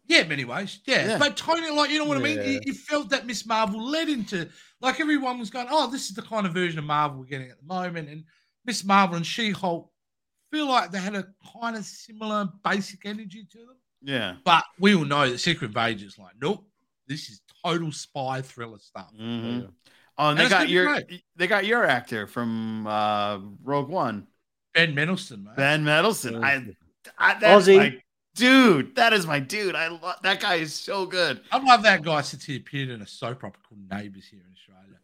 Speaker 1: Yeah, in many ways. Yeah.
Speaker 2: Yeah.
Speaker 1: But Tony, like, you know what I mean?
Speaker 3: Yeah.
Speaker 1: You, you felt that Miss Marvel led into, like, everyone was going, oh, this is the kind of version of Marvel we're getting at the moment. And Miss Marvel and She Hulk feel like they had a kind of similar basic energy to them.
Speaker 2: Yeah.
Speaker 1: But we all know that Secret Invasion is like, nope, this is total spy thriller stuff.
Speaker 2: Mhm. Oh,
Speaker 1: And
Speaker 2: and they
Speaker 1: it's
Speaker 2: got
Speaker 1: gonna be
Speaker 2: your they got your actor from uh Rogue One,
Speaker 1: Ben Mendelsohn, man.
Speaker 2: Ben Mendelsohn. I, I that's
Speaker 3: Aussie.
Speaker 2: my dude. That is my dude. I love that guy is so good.
Speaker 1: I love that guy since he appeared in a soap opera called Neighbours here in Australia.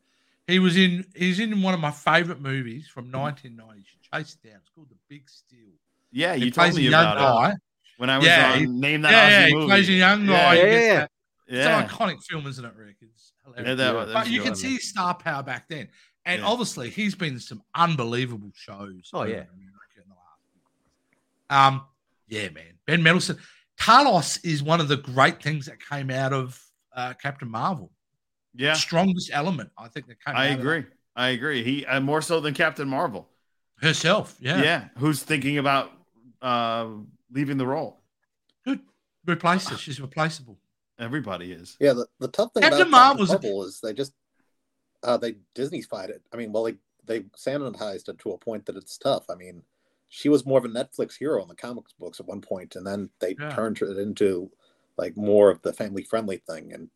Speaker 1: He was in he's in one of my favorite movies from 1990. You should chase it down. It's called The Big Steal.
Speaker 2: Yeah,
Speaker 1: He
Speaker 2: you
Speaker 1: plays
Speaker 2: told
Speaker 1: a
Speaker 2: me
Speaker 1: young
Speaker 2: about it
Speaker 1: guy.
Speaker 2: when I was
Speaker 1: Yeah,
Speaker 2: on
Speaker 1: he-
Speaker 2: Name That
Speaker 1: Yeah, yeah,
Speaker 2: Aussie
Speaker 1: he
Speaker 2: Movie.
Speaker 1: plays a young guy.
Speaker 3: Yeah,
Speaker 1: He gets
Speaker 3: yeah.
Speaker 1: that- It's
Speaker 2: Yeah,
Speaker 1: an iconic film, isn't it, Rick? It's hilarious.
Speaker 2: yeah, that,
Speaker 3: Yeah.
Speaker 2: that
Speaker 1: but
Speaker 2: was
Speaker 1: you
Speaker 2: good.
Speaker 1: can see his star power back then. And
Speaker 2: Yeah.
Speaker 1: obviously, he's been in some unbelievable shows.
Speaker 3: Oh,
Speaker 1: over
Speaker 3: yeah.
Speaker 1: in America in the last few years. Um, yeah, man. Ben Mendelsohn. Carlos is one of the great things that came out of uh, Captain Marvel.
Speaker 2: Yeah,
Speaker 1: Strongest element, I think, that came
Speaker 2: I
Speaker 1: out of
Speaker 2: agree. I agree. He uh, more so than Captain Marvel.
Speaker 1: herself. Yeah.
Speaker 2: Yeah. who's thinking about uh leaving the role?
Speaker 1: Replace her. She's replaceable.
Speaker 2: Everybody is.
Speaker 4: Yeah, the, the tough thing
Speaker 1: Captain
Speaker 4: about Captain
Speaker 1: Marvel's a-
Speaker 4: Marvel is they just uh they Disneyfied it. I mean, well, they they sanitized it to a point that it's tough. I mean, she was more of a Netflix hero in the comics books at one point, and then they
Speaker 1: Yeah.
Speaker 4: turned it into like more of the family friendly thing, and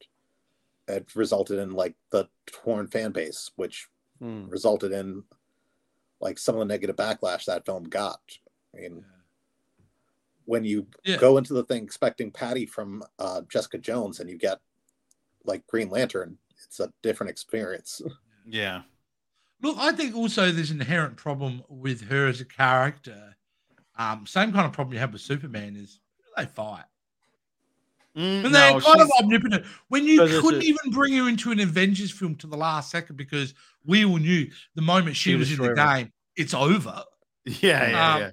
Speaker 4: it resulted in like the torn fan base, which
Speaker 2: Mm.
Speaker 3: Hmm.
Speaker 4: resulted in like some of the negative backlash that film got. I mean, when you
Speaker 1: Yeah.
Speaker 4: go into the thing expecting Patty from uh, Jessica Jones and you get like Green Lantern, it's a different experience.
Speaker 2: Yeah.
Speaker 1: Look, I think also there's an inherent problem with her as a character. Um, same kind of problem you have with Superman is who do they fight.
Speaker 2: Mm,
Speaker 1: When
Speaker 2: no,
Speaker 1: they're kind of
Speaker 2: she's-
Speaker 1: omnipotent. When you
Speaker 3: So this
Speaker 1: couldn't
Speaker 3: is-
Speaker 1: even bring her into an Avengers film to the last second because we all knew the moment she
Speaker 3: She'll
Speaker 1: was in the
Speaker 3: destroy everyone.
Speaker 1: game, it's over.
Speaker 2: yeah, yeah,
Speaker 1: um,
Speaker 2: yeah.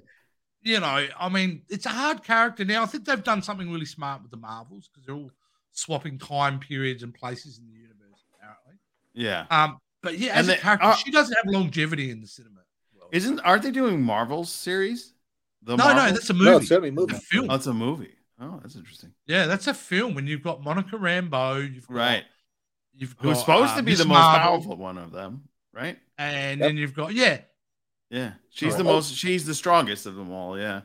Speaker 1: you know, I mean, it's a hard character now. I think they've done something really smart with the Marvels because they're all swapping time periods and places in the universe, apparently.
Speaker 2: Yeah.
Speaker 1: Um, but yeah, as
Speaker 2: And
Speaker 1: a
Speaker 2: they-
Speaker 1: character,
Speaker 2: uh,
Speaker 1: she doesn't have longevity in the cinema. world.
Speaker 2: Isn't aren't they doing Marvel's series? The
Speaker 1: no, no,
Speaker 2: Marvels?
Speaker 1: that's a
Speaker 4: No,
Speaker 1: movie.
Speaker 4: it's gonna be
Speaker 1: It's
Speaker 4: movie.
Speaker 1: a film.
Speaker 2: Oh, it's a movie. Oh, that's interesting.
Speaker 1: Yeah, that's a film. When you've got Monica Rambo, you've got,
Speaker 2: Right.
Speaker 1: You've got,
Speaker 2: Who's supposed
Speaker 1: uh,
Speaker 3: Um,
Speaker 2: to be
Speaker 1: Miss
Speaker 2: the most
Speaker 1: Marvel,
Speaker 2: powerful one of them, right?
Speaker 1: and
Speaker 4: Yep.
Speaker 1: then you've got yeah,
Speaker 2: Yeah. She's
Speaker 4: Right.
Speaker 2: the most she's the strongest of them all, yeah.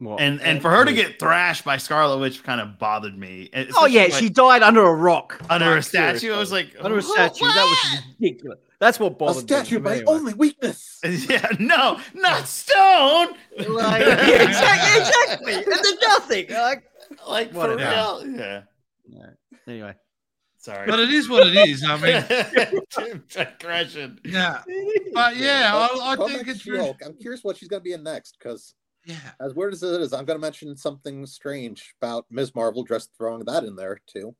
Speaker 3: Well,
Speaker 2: And and for her to get thrashed by Scarlet Witch kind of bothered me. And
Speaker 3: oh
Speaker 2: especially,
Speaker 3: yeah,
Speaker 2: like,
Speaker 3: she died under a rock.
Speaker 2: under a
Speaker 3: Like,
Speaker 2: statue. I was
Speaker 3: seriously.
Speaker 2: like
Speaker 3: under a
Speaker 2: "What?
Speaker 3: statue. That was ridiculous. That's what
Speaker 4: A
Speaker 3: bothered me.
Speaker 4: statue,
Speaker 3: But
Speaker 4: my
Speaker 3: anyway.
Speaker 4: only weakness.
Speaker 2: Yeah, no, not stone.
Speaker 3: Like, yeah, exactly, exactly. And then nothing. Like,
Speaker 2: Like for
Speaker 3: Whatever.
Speaker 2: real. Yeah.
Speaker 3: anyway.
Speaker 2: Sorry.
Speaker 1: but it is what it is. I mean,
Speaker 2: Digression.
Speaker 1: yeah, but yeah, I, I
Speaker 4: Well,
Speaker 1: think
Speaker 4: next
Speaker 1: it's really,
Speaker 4: She-Hulk, I'm curious what she's gonna be in next because
Speaker 1: yeah.
Speaker 4: as weird as it is, I'm gonna mention something strange about Ms. Marvel. Just throwing that in there too.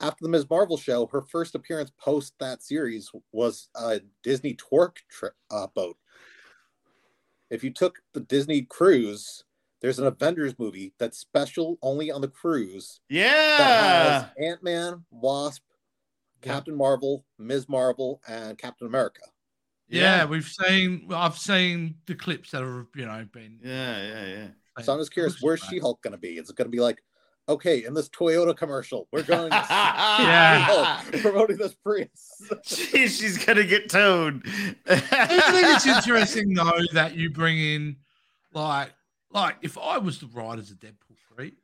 Speaker 4: After the Ms. Marvel show, her first appearance post that series was a Disney twerk tri- uh, boat. If you took the Disney cruise, there's an Avengers movie that's special only on the cruise
Speaker 2: Yeah.
Speaker 4: that
Speaker 2: Ah.
Speaker 4: has Ant Man, Wasp, Captain Marvel, Ms. Marvel, and Captain America.
Speaker 1: Yeah, we've seen. well, I've seen the clips that have you know been.
Speaker 2: Yeah, yeah, yeah.
Speaker 4: So I'm just curious, where's She Hulk going to be? Is it going to be like, okay, in this Toyota commercial, we're going to see
Speaker 2: yeah.
Speaker 4: She-Hulk promoting this Prius?
Speaker 2: She, she's gonna get towed.
Speaker 1: I think it's interesting though that you bring in like like if I was the writers of Deadpool three,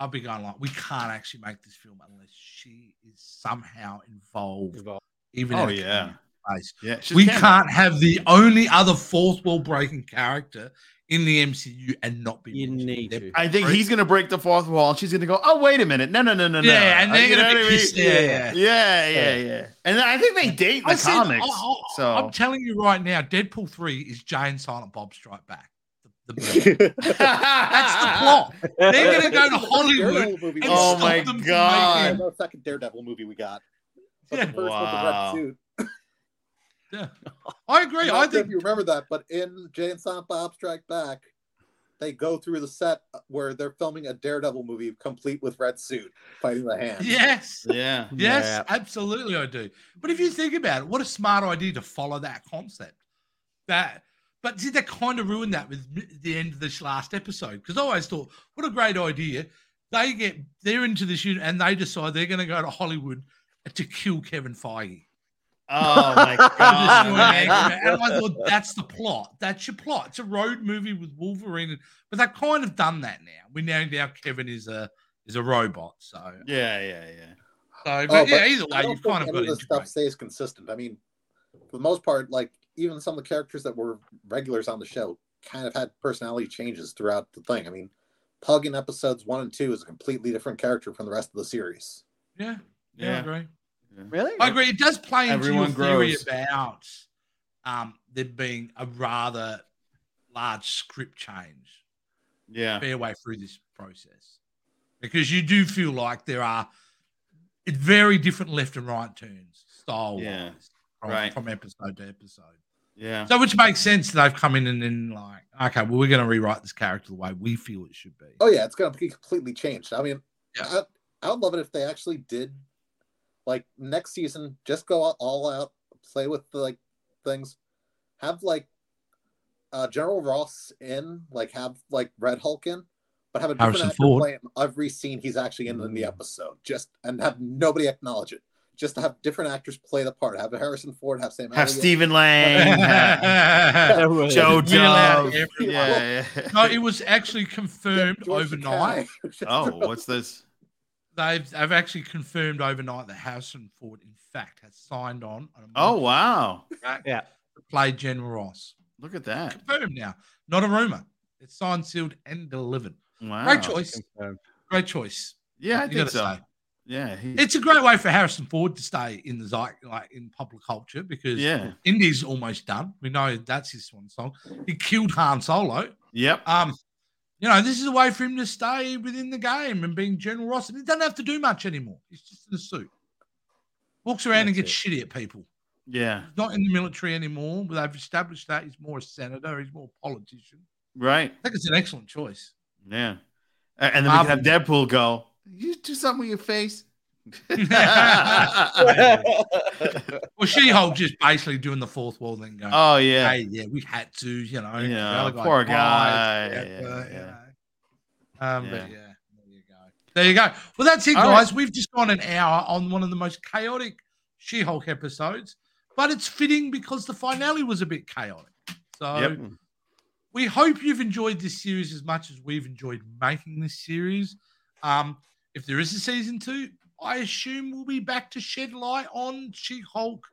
Speaker 1: I'd be going like, we can't actually make this film unless she is somehow involved, even
Speaker 2: Oh,
Speaker 1: in a comedic
Speaker 2: yeah.
Speaker 1: space.
Speaker 2: Yeah, she's
Speaker 1: we
Speaker 2: Canada.
Speaker 1: can't have the only other fourth wall breaking character in the MCU and not be
Speaker 3: You
Speaker 1: mentioned.
Speaker 3: need to.
Speaker 2: I think he's gonna break the fourth wall, and she's gonna go, "Oh, wait a minute, no, no, no, no, no."
Speaker 1: Yeah, and they're
Speaker 2: You know
Speaker 1: gonna be
Speaker 2: what I mean?
Speaker 1: pissed,
Speaker 2: Yeah,
Speaker 1: yeah.
Speaker 2: yeah, yeah, yeah, And I think they date in the
Speaker 1: I said- "Oh,
Speaker 2: comics.
Speaker 1: I- I-
Speaker 2: so
Speaker 1: I'm telling you right now, Deadpool three is Jay and Silent Bob Strike Back. The, the movie. That's the plot. They're going to go to Hollywood.
Speaker 4: Daredevil movie.
Speaker 1: and
Speaker 2: Oh
Speaker 1: stop
Speaker 2: my
Speaker 1: them from making-
Speaker 4: I
Speaker 2: god!
Speaker 4: know second Daredevil movie we got. But
Speaker 1: Yeah,
Speaker 4: the first
Speaker 2: Wow.
Speaker 4: one with the red suit.
Speaker 1: I agree.
Speaker 4: I'm
Speaker 1: I
Speaker 4: not sure if
Speaker 1: think.
Speaker 4: you remember that, but in Jay and Silent Bob Strike Back, they go through the set where they're filming a Daredevil movie complete with red suit fighting the hand.
Speaker 1: Yes.
Speaker 2: Yeah,
Speaker 1: Yes,
Speaker 3: Yeah.
Speaker 1: absolutely, I do. But if you think about it, what a smart idea to follow that concept. That, but did they kind of ruin that with m- the end of this last episode? Because I always thought, what a great idea. They get they're into this unit and they decide they're going to go to Hollywood to kill Kevin Feige.
Speaker 2: Oh my god!
Speaker 1: Destroy
Speaker 2: man.
Speaker 1: Anchorman. and I thought that's the plot. That's your plot. It's a road movie with Wolverine, and- but they've kind of done that now. We know now Kevin is a is a robot. So,
Speaker 2: Yeah, yeah, yeah.
Speaker 1: so but yeah,
Speaker 4: Oh, but
Speaker 1: either
Speaker 4: I
Speaker 1: way,
Speaker 4: don't
Speaker 1: you've
Speaker 4: think
Speaker 1: kind of
Speaker 4: any
Speaker 1: got
Speaker 4: of
Speaker 1: to
Speaker 4: this stuff
Speaker 1: integrate.
Speaker 4: stays consistent. I mean, for the most part, like even some of the characters that were regulars on the show kind of had personality changes throughout the thing. I mean, Pug in episodes one and two is a completely different character from the rest of the series.
Speaker 1: Yeah, yeah, I
Speaker 2: Yeah.
Speaker 1: agree.
Speaker 3: Really?
Speaker 1: I agree. It does play into
Speaker 2: Everyone
Speaker 1: your theory
Speaker 2: grows.
Speaker 1: about um, there being a rather large script change.
Speaker 2: Yeah.
Speaker 1: fair way through this process because you do feel like there are very different left and right turns style
Speaker 2: Yeah,
Speaker 1: wise from,
Speaker 2: right.
Speaker 1: from episode to episode.
Speaker 2: Yeah.
Speaker 1: So, which makes sense that they've come in and then, like, okay, well, we're going to rewrite this character the way we feel it should be.
Speaker 4: Oh yeah, it's gonna be completely changed. I mean,
Speaker 1: Yeah.
Speaker 4: I, I would love it if they actually did, like next season, just go out, all out, play with the, like things, have like uh, General Ross in, like have like Red Hulk in, but have a different
Speaker 1: Harrison
Speaker 4: actor
Speaker 1: Ford.
Speaker 4: play him every scene he's actually in in the episode, just and have nobody acknowledge it. just to have different actors play the part. Have Harrison Ford, have Sam.
Speaker 2: Have
Speaker 4: Elliott.
Speaker 2: Stephen Lang, have
Speaker 1: no,
Speaker 2: Joe
Speaker 1: We allowed
Speaker 2: Dove.
Speaker 1: everyone.
Speaker 2: Yeah. yeah.
Speaker 1: it was actually
Speaker 4: Get
Speaker 1: confirmed
Speaker 4: George
Speaker 1: overnight.
Speaker 4: Takei.
Speaker 2: Oh, what's this?
Speaker 1: They've, they've actually confirmed overnight that Harrison Ford, in fact, has signed on. on a
Speaker 2: Oh wow!
Speaker 1: contract
Speaker 3: Yeah.
Speaker 1: to play General Ross.
Speaker 2: Look at that.
Speaker 1: Confirmed now, not a rumor. It's signed, sealed, and delivered.
Speaker 2: Wow.
Speaker 1: Great choice.
Speaker 3: Confirmed.
Speaker 1: Great choice.
Speaker 2: Yeah, I
Speaker 1: You
Speaker 2: think
Speaker 1: gotta
Speaker 2: so.
Speaker 1: say.
Speaker 2: Yeah. he-
Speaker 1: It's a great way for Harrison Ford to stay in the zeit, like in popular culture, because
Speaker 2: yeah.
Speaker 1: Indy's almost done. We know that's his swan song. He killed Han Solo.
Speaker 2: Yep.
Speaker 1: Um, you know, this is a way for him to stay within the game and being General Ross. And he doesn't have to do much anymore. He's just in a suit. Walks around and
Speaker 3: That's
Speaker 1: gets shitty at people.
Speaker 2: Yeah.
Speaker 1: He's not in the military anymore. But They've established that he's more a senator. He's more a politician.
Speaker 2: Right.
Speaker 1: I think it's an excellent choice.
Speaker 2: Yeah. A- And then we can have Deadpool go. You do something with your face. oh
Speaker 1: Well, She-Hulk just basically doing the fourth wall thing. Going,
Speaker 2: Oh, yeah.
Speaker 1: hey, yeah, we had to, you know.
Speaker 2: Yeah,
Speaker 1: the other
Speaker 2: poor
Speaker 1: died,
Speaker 2: guy,
Speaker 1: yeah,
Speaker 2: yeah,
Speaker 1: but,
Speaker 2: yeah.
Speaker 1: you know. Um,
Speaker 2: Yeah.
Speaker 1: But yeah, there you go. There you go. Well, that's it,
Speaker 2: All right.
Speaker 1: guys. We've just gone an hour on one of the most chaotic She-Hulk episodes, but it's fitting because the finale was a bit chaotic. So
Speaker 2: Yep.
Speaker 1: we hope you've enjoyed this series as much as we've enjoyed making this series. Um, if there is a season two, I assume we'll be back to shed light on She Hulk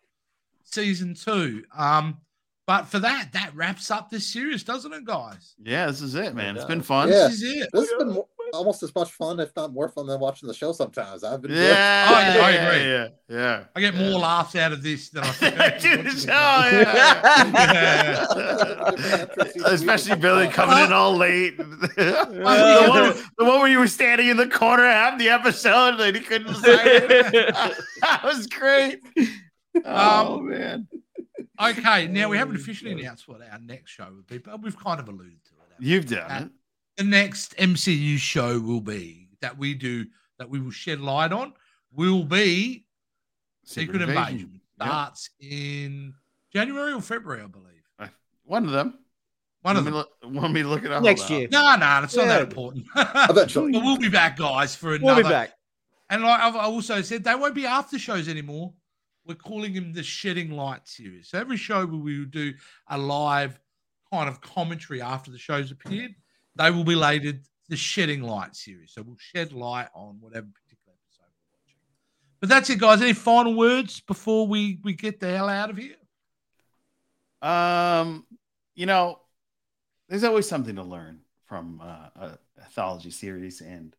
Speaker 1: season two. Um, but for that, that wraps up this series, doesn't it, guys?
Speaker 2: Yeah. This is it, man. It's
Speaker 4: Yeah.
Speaker 2: been fun.
Speaker 1: This
Speaker 2: Yeah.
Speaker 4: Yeah.
Speaker 1: is it.
Speaker 4: This has been more, almost as much fun, if not more fun, than watching the show. Sometimes I've been.
Speaker 2: Yeah.
Speaker 1: Oh, I
Speaker 2: yeah,
Speaker 1: agree.
Speaker 2: Yeah. Yeah.
Speaker 1: I get more laughs out of this than I
Speaker 2: Dude, it's- oh,
Speaker 1: Yeah,
Speaker 2: yeah. Especially Billy coming in all late. the,
Speaker 3: Uh,
Speaker 2: one, the one where you were standing in the corner half the episode and he couldn't sign it. that was great. Oh man.
Speaker 1: Okay, now we
Speaker 2: Oh,
Speaker 1: haven't officially announced what our next show would be, but we've kind of alluded to it. haven't we?
Speaker 2: You've done
Speaker 1: the next MCU show will be that we do that we will shed light on will be
Speaker 2: it.
Speaker 1: Secret, Invasion.
Speaker 2: Yeah.
Speaker 1: Starts in January or February, I believe.
Speaker 2: One of them.
Speaker 1: One of
Speaker 2: Want
Speaker 1: them.
Speaker 2: me to- want me to look it up?
Speaker 3: Next
Speaker 2: Hold on.
Speaker 3: year.
Speaker 1: No, no, it's not that
Speaker 3: Yeah.
Speaker 1: important.
Speaker 4: Eventually.
Speaker 1: But we'll be back, guys, for another.
Speaker 3: We'll be back.
Speaker 1: And like I've also said, they won't be after shows anymore. We're calling them the Shedding Light series. So every show we will do a live kind of commentary after the show's appeared. They will be labeled the Shedding Light series. So we'll shed light on whatever particular episode we're watching. But that's it, guys. Any final words before we we get the hell out of here?
Speaker 2: Um, you know, there's always something to learn from uh, a a anthology series and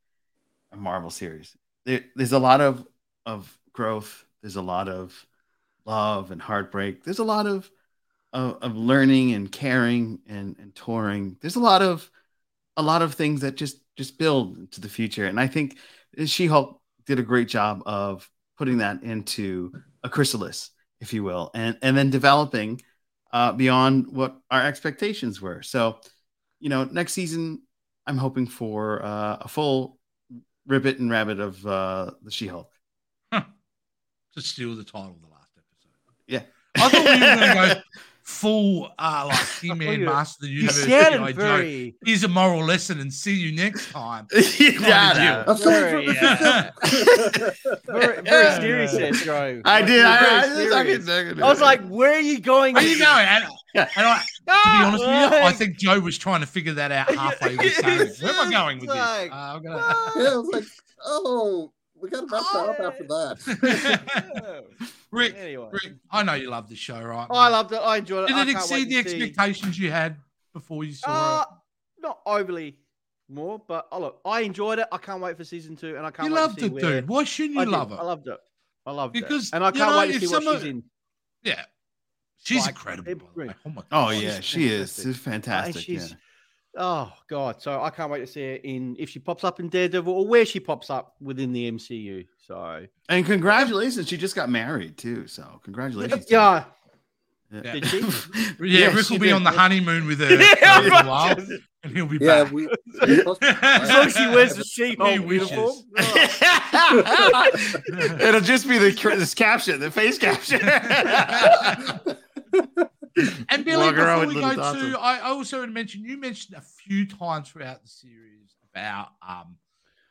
Speaker 2: a Marvel series. There, there's a lot of of growth. There's a lot of love and heartbreak. There's a lot of of, of learning and caring and and touring. There's a lot of a lot of things that just just build into the future. And I think She-Hulk did a great job of putting that into a chrysalis, if you will, and and then developing uh, beyond what our expectations were. So, you know, next season, I'm hoping for uh, a full ribbit and rabbit of uh, the She Hulk.
Speaker 1: To steal the title of the last episode.
Speaker 2: Yeah.
Speaker 1: I thought we were going to go full uh, like He-Man
Speaker 3: you-
Speaker 1: Master of the
Speaker 3: You
Speaker 1: Universe.
Speaker 3: said
Speaker 1: G.I.
Speaker 3: it
Speaker 1: Joe.
Speaker 3: very.
Speaker 1: Here's a moral lesson and see you next time.
Speaker 2: yeah,
Speaker 4: I'm still
Speaker 3: Very, yeah. Very, very
Speaker 2: Yeah.
Speaker 3: serious, there, Joe.
Speaker 2: I did. I, I,
Speaker 3: Very serious.
Speaker 2: I, could- I could-
Speaker 3: I was like, where are you going?
Speaker 1: Where you going? And, and I, to be honest with you, I
Speaker 3: like-
Speaker 1: think Joe was trying to figure that out halfway. He was saying, it. Where am I going with this? Uh, I'm gonna...
Speaker 4: Yeah, I was like, oh, we got to wrap that up after that.
Speaker 1: Rick,
Speaker 3: anyway,
Speaker 1: Rick, I know you love the show, right?
Speaker 3: Oh, I
Speaker 1: mate?
Speaker 3: loved it. I enjoyed it. I
Speaker 1: Did it
Speaker 3: can't wait
Speaker 1: exceed the
Speaker 3: to see-
Speaker 1: expectations you had before you saw
Speaker 3: Uh, not overly more, but oh, look, I enjoyed it. I can't wait for season two, and I
Speaker 1: it?
Speaker 3: can't
Speaker 1: You
Speaker 3: wait
Speaker 1: loved
Speaker 3: to see
Speaker 1: it,
Speaker 3: where...
Speaker 1: dude. Why shouldn't
Speaker 3: I
Speaker 1: you
Speaker 3: did.
Speaker 1: love it?
Speaker 3: I loved it. I loved
Speaker 1: Because,
Speaker 3: it. And I
Speaker 1: you
Speaker 3: can't
Speaker 1: know,
Speaker 3: wait to
Speaker 1: if
Speaker 3: see what
Speaker 1: someone-
Speaker 3: she's in.
Speaker 1: Yeah, she's
Speaker 3: Like,
Speaker 1: incredible. by the way. Oh my
Speaker 2: oh,
Speaker 1: God.
Speaker 2: yeah,
Speaker 1: She's
Speaker 2: she is.
Speaker 3: fantastic.
Speaker 2: She's fantastic.
Speaker 3: And she's- Oh god, so I can't wait to see her in if she pops up in Daredevil or where she pops up within the MCU. So
Speaker 2: yeah. And congratulations. She just got married, too. So, congratulations. to her.
Speaker 3: yeah,
Speaker 2: Yeah.
Speaker 3: Did she?
Speaker 1: Yeah, Rick
Speaker 2: she
Speaker 1: will be
Speaker 2: did.
Speaker 1: on the honeymoon with her
Speaker 3: Yeah,
Speaker 1: for a little
Speaker 3: right.
Speaker 1: while, and he'll be
Speaker 4: Yeah,
Speaker 1: back.
Speaker 4: we. we post-
Speaker 3: as long as she wears the sheep
Speaker 1: He wishes.
Speaker 3: uniform.
Speaker 2: It'll just be the this caption, the face caption.
Speaker 1: And Billy,
Speaker 2: Walk around
Speaker 1: before
Speaker 2: with
Speaker 1: we
Speaker 2: little
Speaker 1: go
Speaker 2: daughters.
Speaker 1: to, I I also had mentioned you mentioned a few times throughout the series about um,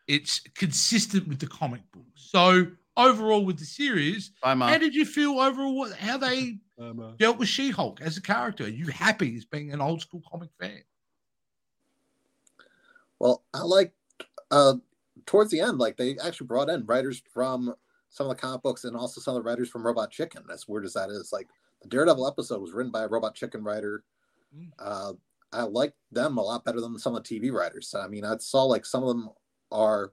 Speaker 1: it's consistent with the comic book. So overall with the series.
Speaker 2: Bye,
Speaker 1: How
Speaker 2: mom.
Speaker 1: did you feel overall? what- How they
Speaker 3: Um,
Speaker 1: dealt with She-Hulk as a character? Are you happy as being an old school comic fan?
Speaker 4: Well, I like uh, towards the end, like they actually brought in writers from some of the comic books and also some of the writers from Robot Chicken. As weird as that is, like the Daredevil episode was written by a Robot Chicken writer.
Speaker 1: Mm.
Speaker 4: Uh, I like them a lot better than some of the TV writers. I mean, I saw like some of them are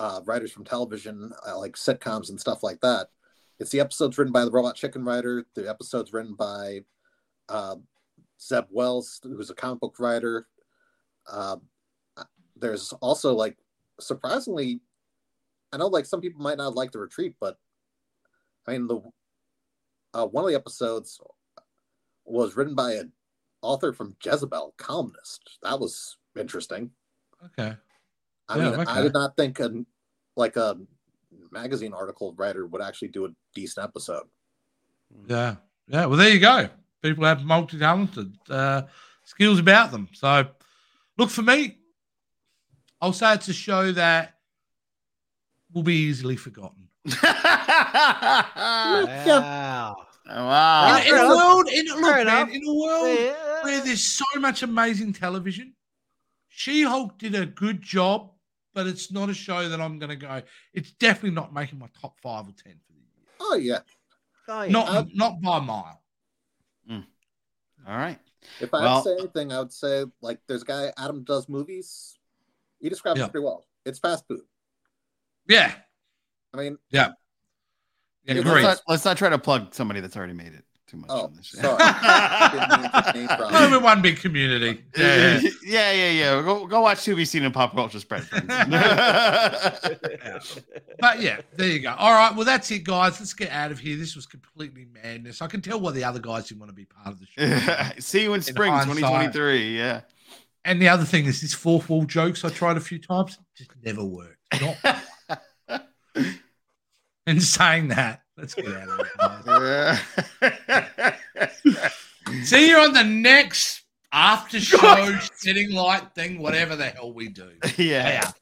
Speaker 4: uh, writers from television, uh, like sitcoms and stuff like that. It's the episodes written by the Robot Chicken writer. The episodes written by uh, Zeb Wells, who's a comic book writer. Uh, there's also like surprisingly, I know like some people might not like the retreat, but I mean the uh, one of the episodes was written by an author from Jezebel, columnist. That was interesting.
Speaker 1: Okay.
Speaker 4: I
Speaker 1: Yeah,
Speaker 4: mean,
Speaker 1: okay.
Speaker 4: I did not think a like a magazine article writer would actually do a decent episode.
Speaker 1: Yeah. Yeah. Well, there you go. People have multi talented uh, skills about them. So, look, for me, I'll say it's a show that will be easily forgotten.
Speaker 3: Oh, wow.
Speaker 2: wow.
Speaker 3: Yeah,
Speaker 1: in, a
Speaker 3: Ah, fair
Speaker 1: world, in, a- look,
Speaker 3: Fair
Speaker 1: man,
Speaker 3: enough.
Speaker 1: in a world
Speaker 3: Yeah.
Speaker 1: where there's so much amazing television, She Hulk did a good job, but it's not a show that I'm going to go. It's definitely not making my top five or 10 for the year.
Speaker 4: Oh yeah,
Speaker 3: Oh, yeah.
Speaker 1: Not, not by a mile.
Speaker 2: All right.
Speaker 4: if I
Speaker 2: Well-
Speaker 4: had to say anything, I would say like there's a guy Adam does movies. He describes
Speaker 1: Yeah.
Speaker 4: it pretty well. It's fast food.
Speaker 1: Yeah.
Speaker 4: I mean,
Speaker 1: Yeah,
Speaker 2: let's,
Speaker 1: agreed.
Speaker 2: not, let's not try to plug somebody that's already made it too much
Speaker 4: Oh,
Speaker 2: on this.
Speaker 4: sorry.
Speaker 1: No, we're one big community.
Speaker 2: yeah,
Speaker 1: Yeah.
Speaker 2: yeah, yeah. yeah. Go, go watch To Be Seen in Pop Culture Spread. friends.
Speaker 1: but yeah, there you go. All right. Well, that's it, guys. Let's get out of here. This was completely madness. I can tell why the other guys didn't want to be part of the show.
Speaker 2: See you in spring
Speaker 1: hindsight.
Speaker 2: 2023. Yeah.
Speaker 1: and the other thing is, this fourth wall jokes I tried a few times just never worked. Not in saying that. Let's get out of here. guys. See you on the next after show, sitting light thing, whatever the hell we do.
Speaker 2: yeah.
Speaker 1: Yeah.